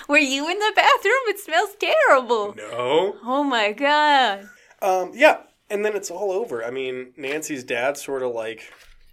S2: Were you in the bathroom? It smells terrible.
S1: No.
S2: Oh my god.
S1: Um, yeah. And then it's all over. I mean, Nancy's dad sort of like,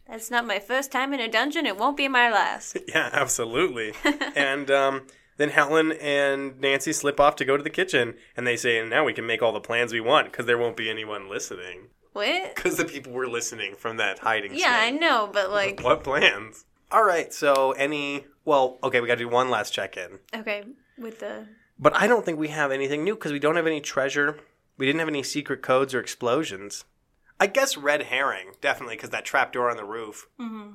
S2: That's not my first time in a dungeon. It won't be my last.
S1: [LAUGHS] yeah, absolutely. [LAUGHS] and um, then Helen and Nancy slip off to go to the kitchen, and they say, and now we can make all the plans we want because there won't be anyone listening. [LAUGHS]
S2: What?
S1: Because the people were listening from that hiding.
S2: Yeah, I
S1: space.
S2: know,
S1: [LAUGHS]
S2: but like,
S1: What plans? All right. So any? Well, okay, we got to do one last check-in.
S2: okay, with the
S1: But I don't think we have anything new because we don't have any treasure. We didn't have any secret codes or explosions. I guess red herring, definitely, because that trap door on the roof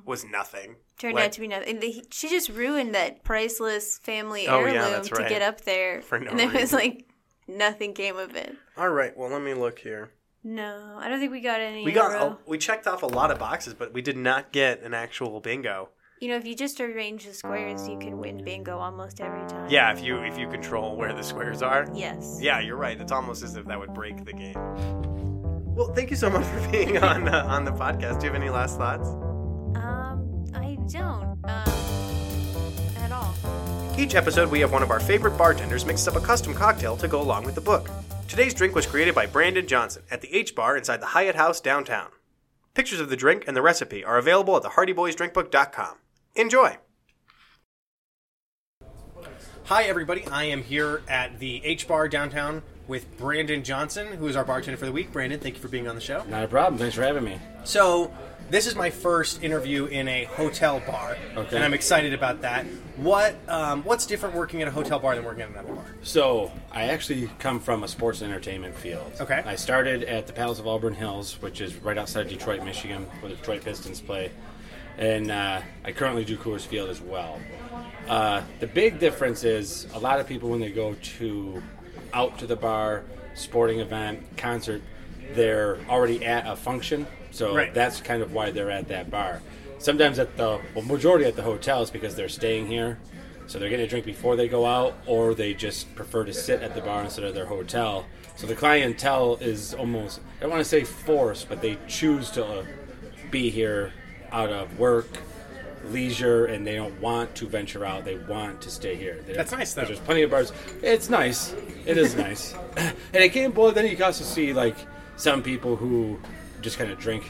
S1: was nothing.
S2: turned
S1: Like-
S2: out to be nothing. And they- She just ruined that priceless family
S1: Oh,
S2: heirloom
S1: yeah, that's
S2: to
S1: right.
S2: get up there.
S1: For no
S2: and there was
S1: reason.
S2: like nothing came of it.
S1: All right, well, let me look here.
S2: No, I don't think we got any. uh,
S1: We got
S2: in a row.
S1: a, we checked off a lot of boxes, but we did not get an actual bingo.
S2: You know, if you just arrange the squares, you can win bingo almost every time.
S1: Yeah, if you if you control where the squares are.
S2: Yes.
S1: Yeah, you're right. It's almost as if that would break the game. Well, thank you so much for being on uh, on the podcast. Do you have any last thoughts?
S2: Um, I don't. Um, at all.
S1: Each episode, we have one of our favorite bartenders mix up a custom cocktail to go along with the book. Today's drink was created by Brandon Johnson at the H Bar inside the Hyatt House downtown. Pictures of the drink and the recipe are available at thehardyboysdrinkbook.com. Enjoy! Hi, everybody. I am here at the H Bar downtown with Brandon Johnson, who is our bartender for the week. Brandon, thank you for being on the show.
S3: Not a problem. Thanks for having me.
S1: So, this is my first interview in a hotel bar,
S3: Okay.
S1: and I'm excited about that. What um, What's different working at a hotel bar than working at another bar?
S3: So, I actually come from a sports and entertainment field.
S1: Okay.
S3: I started at the Palace of Auburn Hills, which is right outside Detroit, Michigan, where the Detroit Pistons play. And uh, I currently do Coors Field as well. Uh, the big difference is a lot of people, when they go to out to the bar, sporting event, concert, they're already at a function. So,
S1: Right.
S3: that's kind of why they're at that bar. Sometimes at the well, majority at the hotels because they're staying here, so they're getting a drink before they go out, or they just prefer to sit at the bar instead of their hotel. So the clientele is almost I don't want to say forced, but they choose to uh, be here out of work, leisure, and they don't want to venture out. They want to stay here. They-
S1: That's nice, though.
S3: There's plenty of bars. It's nice. It is nice, and it can't. But then you can also see like some people who just kind of drink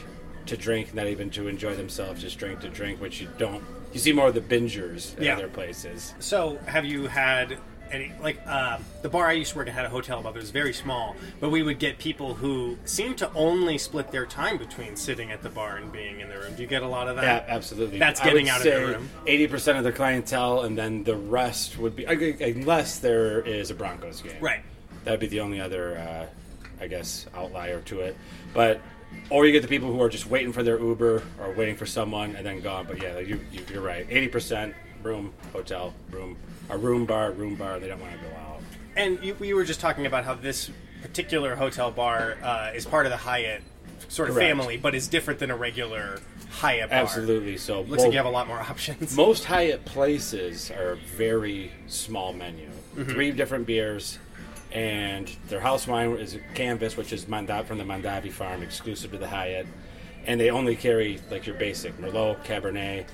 S3: to drink, not even to enjoy themselves, just drink to drink, which you don't. You see more of the bingers at
S1: Yeah.
S3: other places.
S1: So, have you had any like uh, the bar I used to work at had a hotel bar that was very small, but we would get people who seemed to only split their time between sitting at the bar and being in the room. Do you get a lot of that?
S3: Yeah, absolutely.
S1: That's getting out of the room.
S3: Eighty percent of the clientele, and then the rest would be unless there is a Broncos game.
S1: Right.
S3: That'd be the only other, uh, I guess, outlier to it. But or you get the people who are just waiting for their Uber or waiting for someone and then gone. But yeah, you, you, you're right. Eighty percent room, hotel, room, a room bar, room bar. They don't want to go out.
S1: And you, we were just talking about how this particular hotel bar uh, is part of the Hyatt sort of
S3: Correct.
S1: family, but is different than a regular Hyatt bar.
S3: Absolutely. So
S1: Looks like you have a lot more [LAUGHS] options.
S3: Most Hyatt places are very small menu, three different beers, and their house wine is Canvas, which is Mondavi from the Mondavi farm, exclusive to the Hyatt, and they only carry like your basic Merlot, Cabernet,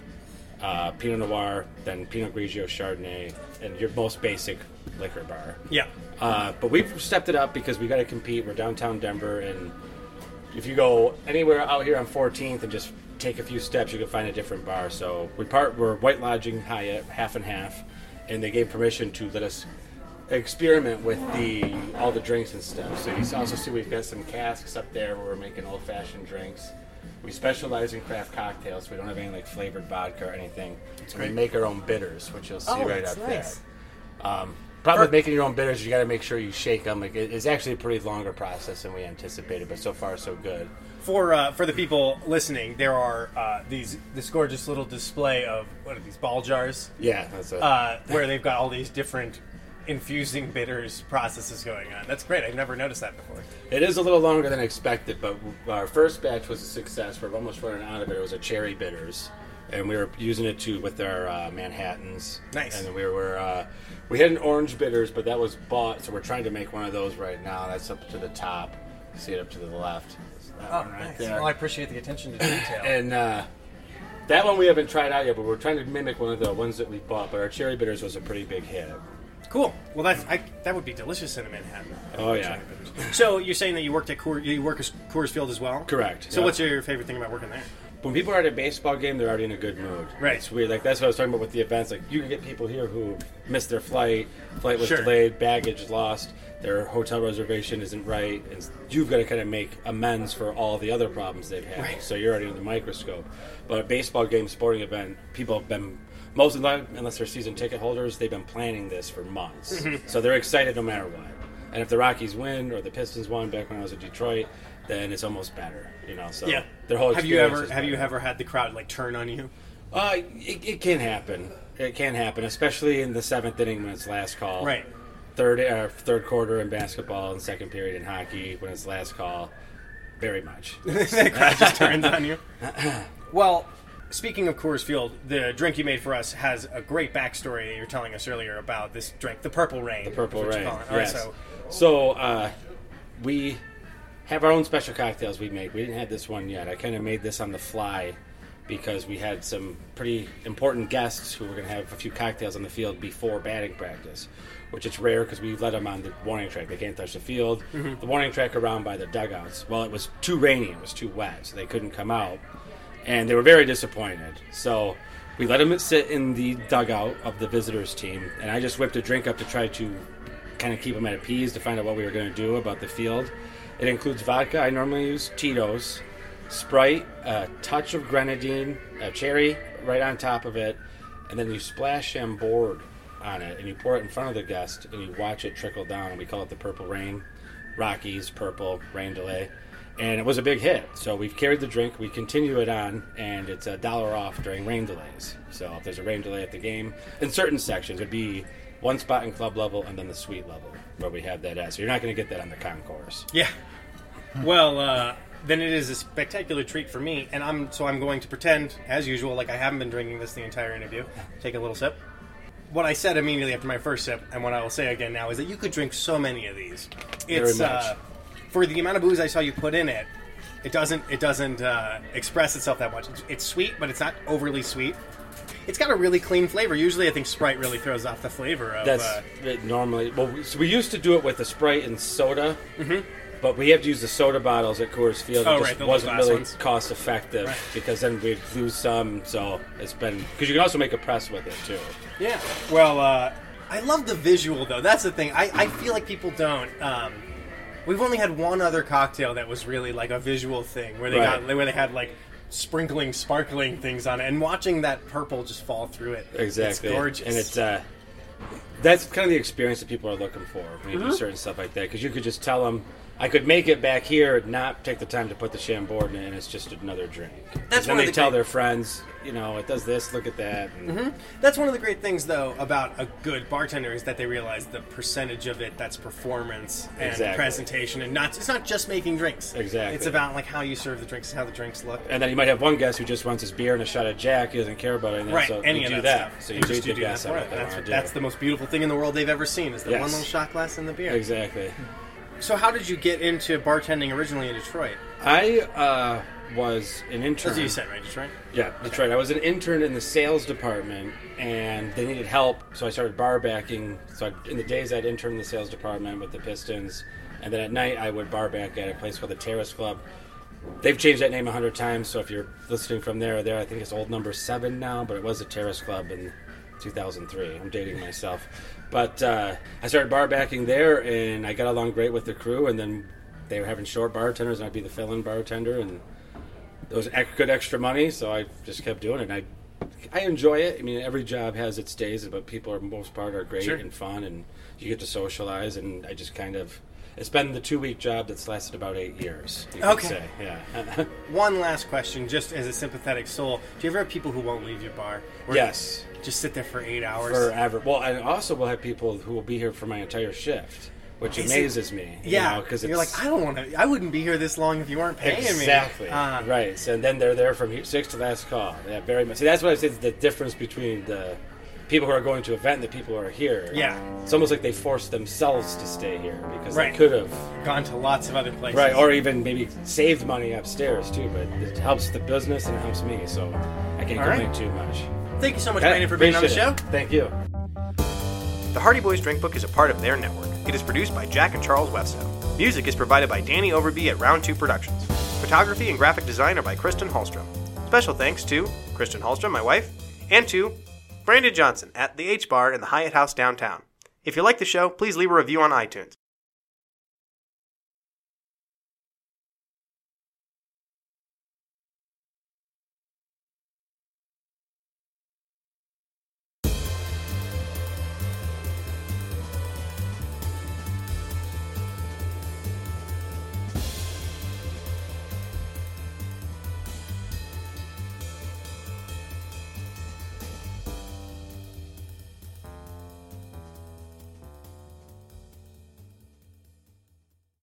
S3: uh, Pinot Noir, then Pinot Grigio, Chardonnay, and your most basic liquor bar.
S1: yeah.
S3: Uh, but we've stepped it up because we got to compete. We're downtown Denver, and if you go anywhere out here on 14th and just take a few steps, you can find a different bar. So we part we're White Lodging Hyatt half and half, and they gave permission to let us experiment with the all the drinks and stuff. So you also see we've got some casks up there where we're making old fashioned drinks. We specialize in craft cocktails. We don't have any like flavored vodka or anything. And we make our own bitters, which you'll see
S1: Oh,
S3: right
S1: that's
S3: up
S1: nice.
S3: there. Um, Problem with
S1: Or-
S3: making your own bitters, you got to make sure you shake them. Like, it- it's actually a pretty longer process than we anticipated, but so far so good.
S1: For uh, for the people listening, there are uh, these this gorgeous little display of what are these ball jars?
S3: Yeah, that's a,
S1: uh, where they've got all these different infusing bitters processes going on. That's great. I've never noticed that before.
S3: it is a little longer than expected, but our first batch was a success. We're almost running out of it. It was a cherry bitters, and we were using it too with our uh, Manhattans.
S1: Nice.
S3: And we were uh, we had an orange bitters, but that was bought, so we're trying to make one of those right now. That's up to the top. See it up to the left. That one right there.
S1: Well, Oh, I appreciate the
S3: [LAUGHS]
S1: attention to detail.
S3: And uh, that one we haven't tried out yet, but we're trying to mimic one of the ones that we bought. But our cherry bitters was a pretty big hit.
S1: cool. Well, that's I, that would be delicious in a Manhattan.
S3: Oh, yeah.
S1: So you're saying that you worked at Coor, you work at Coors Field as well?
S3: Correct,
S1: So
S3: yeah.
S1: what's your favorite thing about working there?
S3: When people are at a baseball game, they're already in a good mood.
S1: Right.
S3: It's weird. Like that's what I was talking about with the events. Like you can get people here who missed their flight, flight was
S1: Sure.
S3: delayed, baggage lost, their hotel reservation isn't right, and you've got to kind of make amends for all the other problems they've had.
S1: Right.
S3: So you're already under the microscope. But a baseball game, sporting event, people have been most of them, unless they're season ticket holders, they've been planning this for months.
S1: Mm-hmm.
S3: so they're excited no matter what. And if the Rockies win or the Pistons won back when I was in Detroit, then it's almost better, you know. So their whole
S1: have you
S3: experience
S1: ever
S3: is
S1: have you
S3: better.
S1: ever had the crowd like turn on you?
S3: Uh, it, it can happen. It can happen, especially in the seventh inning when it's last call.
S1: Right.
S3: Third uh, third quarter in basketball and second period in hockey when it's last call.
S1: [LAUGHS]
S3: Very much.
S1: the crowd just turns on you. [LAUGHS] Well, speaking of Coors Field, the drink you made for us has a great backstory that you were telling us earlier about this drink, the Purple Rain. The
S3: Purple rain.
S1: All right,
S3: Yes.
S1: so
S3: so uh, we have our own special cocktails we make. We didn't have this one yet. I kind of made this on the fly because we had some pretty important guests who were going to have a few cocktails on the field before batting practice, which it's rare because we let them on the warning track. They can't touch the field. The warning track around by the dugouts. Well, it was too rainy. It was too wet, so they couldn't come out, and they were very disappointed. So we let them sit in the dugout of the visitors team, and I just whipped a drink up to try to kind of keep them at appeased to find out what we were going to do about the field. It includes vodka. I normally use Tito's, Sprite, a touch of grenadine, a cherry right on top of it, and then you splash Chambord on it, and you pour it in front of the guest, and you watch it trickle down. And we call it the Purple Rain, Rockies Purple Rain Delay, and it was a big hit. So we've carried the drink, we continue it on, and it's a dollar off during rain delays. So if there's a rain delay at the game, in certain sections, it'd be one spot in club level and then the suite level where we have that at. So you're not going to get that on the concourse.
S1: Yeah. Well, uh, then it is a spectacular treat for me, and I'm so I'm going to pretend, as usual, like I haven't been drinking this the entire interview. Take a little sip. What I said immediately after my first sip, and what I will say again now, is that you could drink so many of these. It's
S3: much.
S1: Uh, for the amount of booze I saw you put in it. It doesn't. It doesn't uh, express itself that much. It's, it's sweet, but it's not overly sweet. It's got a really clean flavor. Usually, I think Sprite really throws off the flavor of.
S3: That's
S1: uh,
S3: it normally. Well, we, so we used to do it with the Sprite and soda, but we have to use the soda bottles at Coors Field.
S1: Mm-hmm. Oh,
S3: it just
S1: right, the little
S3: wasn't
S1: glass
S3: really
S1: ones.
S3: cost effective
S1: Right.
S3: because then we'd lose some. So it's been because you can also make a press with it too.
S1: Yeah. Well, uh, I love the visual though. That's the thing. I, I feel like people don't. Um, we've only had one other cocktail that was really like a visual thing where they
S3: Right.
S1: got where they had like sprinkling sparkling things on it and watching that purple just fall through it
S3: Exactly,
S1: it's gorgeous
S3: and it's. Uh, that's kind of the experience that people are looking for when
S1: Mm-hmm.
S3: you do certain stuff like that because you could just tell them, "I could make it back here, not take the time to put the chambord in, it, and it's just another drink."
S1: That's
S3: and then
S1: one of
S3: they
S1: the great-
S3: tell
S1: Mm-hmm.
S3: their friends, you know, it does this, look at that. And
S1: That's one of the great things, though, about a good bartender is that they realize the percentage of it that's performance and
S3: Exactly.
S1: presentation, and not it's not just making drinks.
S3: Exactly.
S1: it's about like how you serve the drinks, and how the drinks look.
S3: And then you might have one guest who just wants his beer and a shot of Jack. He doesn't care about anything.
S1: right,
S3: So
S1: any
S3: you
S1: of
S3: do
S1: that,
S3: that.
S1: stuff.
S3: So you
S1: And
S3: do
S1: just
S3: the
S1: do
S3: guest
S1: that for
S3: out
S1: it.
S3: of that.
S1: That's,
S3: wanna do
S1: that's
S3: it.
S1: the most beautiful thing in the world they've ever seen is the
S3: Yes.
S1: one little shot glass in the beer.
S3: exactly.
S1: So, how did you get into bartending originally in Detroit?
S3: I uh, was an intern.
S1: That's what you said, right? Detroit.
S3: Yeah, that's right. I was an intern in the sales department, and they needed help, so I started bar backing. So I'd, in the days, I'd intern in the sales department with the Pistons, and then at night, I would bar back at a place called the Terrace Club. They've changed that name a hundred times, so if you're listening from there or there, I think it's old number seven now, but it was the Terrace Club in 2003. I'm dating myself. But uh, I started bar backing there, and I got along great with the crew, and then they were having short bartenders, and I'd be the fill-in bartender, and it was ex- good extra money, so I just kept doing it. And I, I enjoy it. I mean, every job has its days, but people are most part are great
S1: Sure.
S3: and fun, and you get to socialize. And I just kind of, it's been the two week job that's lasted about eight years. You could
S1: Okay.
S3: say. yeah. [LAUGHS]
S1: One last question, just as a sympathetic soul, do you ever have people who won't leave your bar? Or
S3: Yes.
S1: Just sit there for eight hours.
S3: Forever. Well, and also we'll have people who will be here for my entire shift, which
S1: Is it-
S3: amazes me. you
S1: yeah,
S3: know, 'cause
S1: you're
S3: it's-
S1: like, I don't want to. I wouldn't be here this long if you weren't paying me.
S3: Exactly.
S1: Uh,
S3: right. So, and then they're there from here- six to last call. Yeah, very much. See, that's what I said. is The difference between the people who are going to event and the people who are here.
S1: Yeah.
S3: It's almost like they forced themselves to stay here because
S1: Right.
S3: they could have.
S1: Gone to lots of other places.
S3: Right. Or even maybe saved money upstairs too. But it helps the business and it helps me. So I can't
S1: All right.
S3: complain too much.
S1: Thank you so much, Brandon, for being on the
S3: Appreciate
S1: show.
S3: it. Thank you.
S4: The Hardy Boys Drink Book is a part of their network. It is produced by Jack and Charles Webstow. Music is provided by Danny Overby at Round 2 Productions. Photography and graphic design are by Kristen Hallstrom. Special thanks to Kristen Hallstrom, my wife, and to Brandon Johnson at the H Bar in the Hyatt House downtown. If you like the show, please leave a review on iTunes.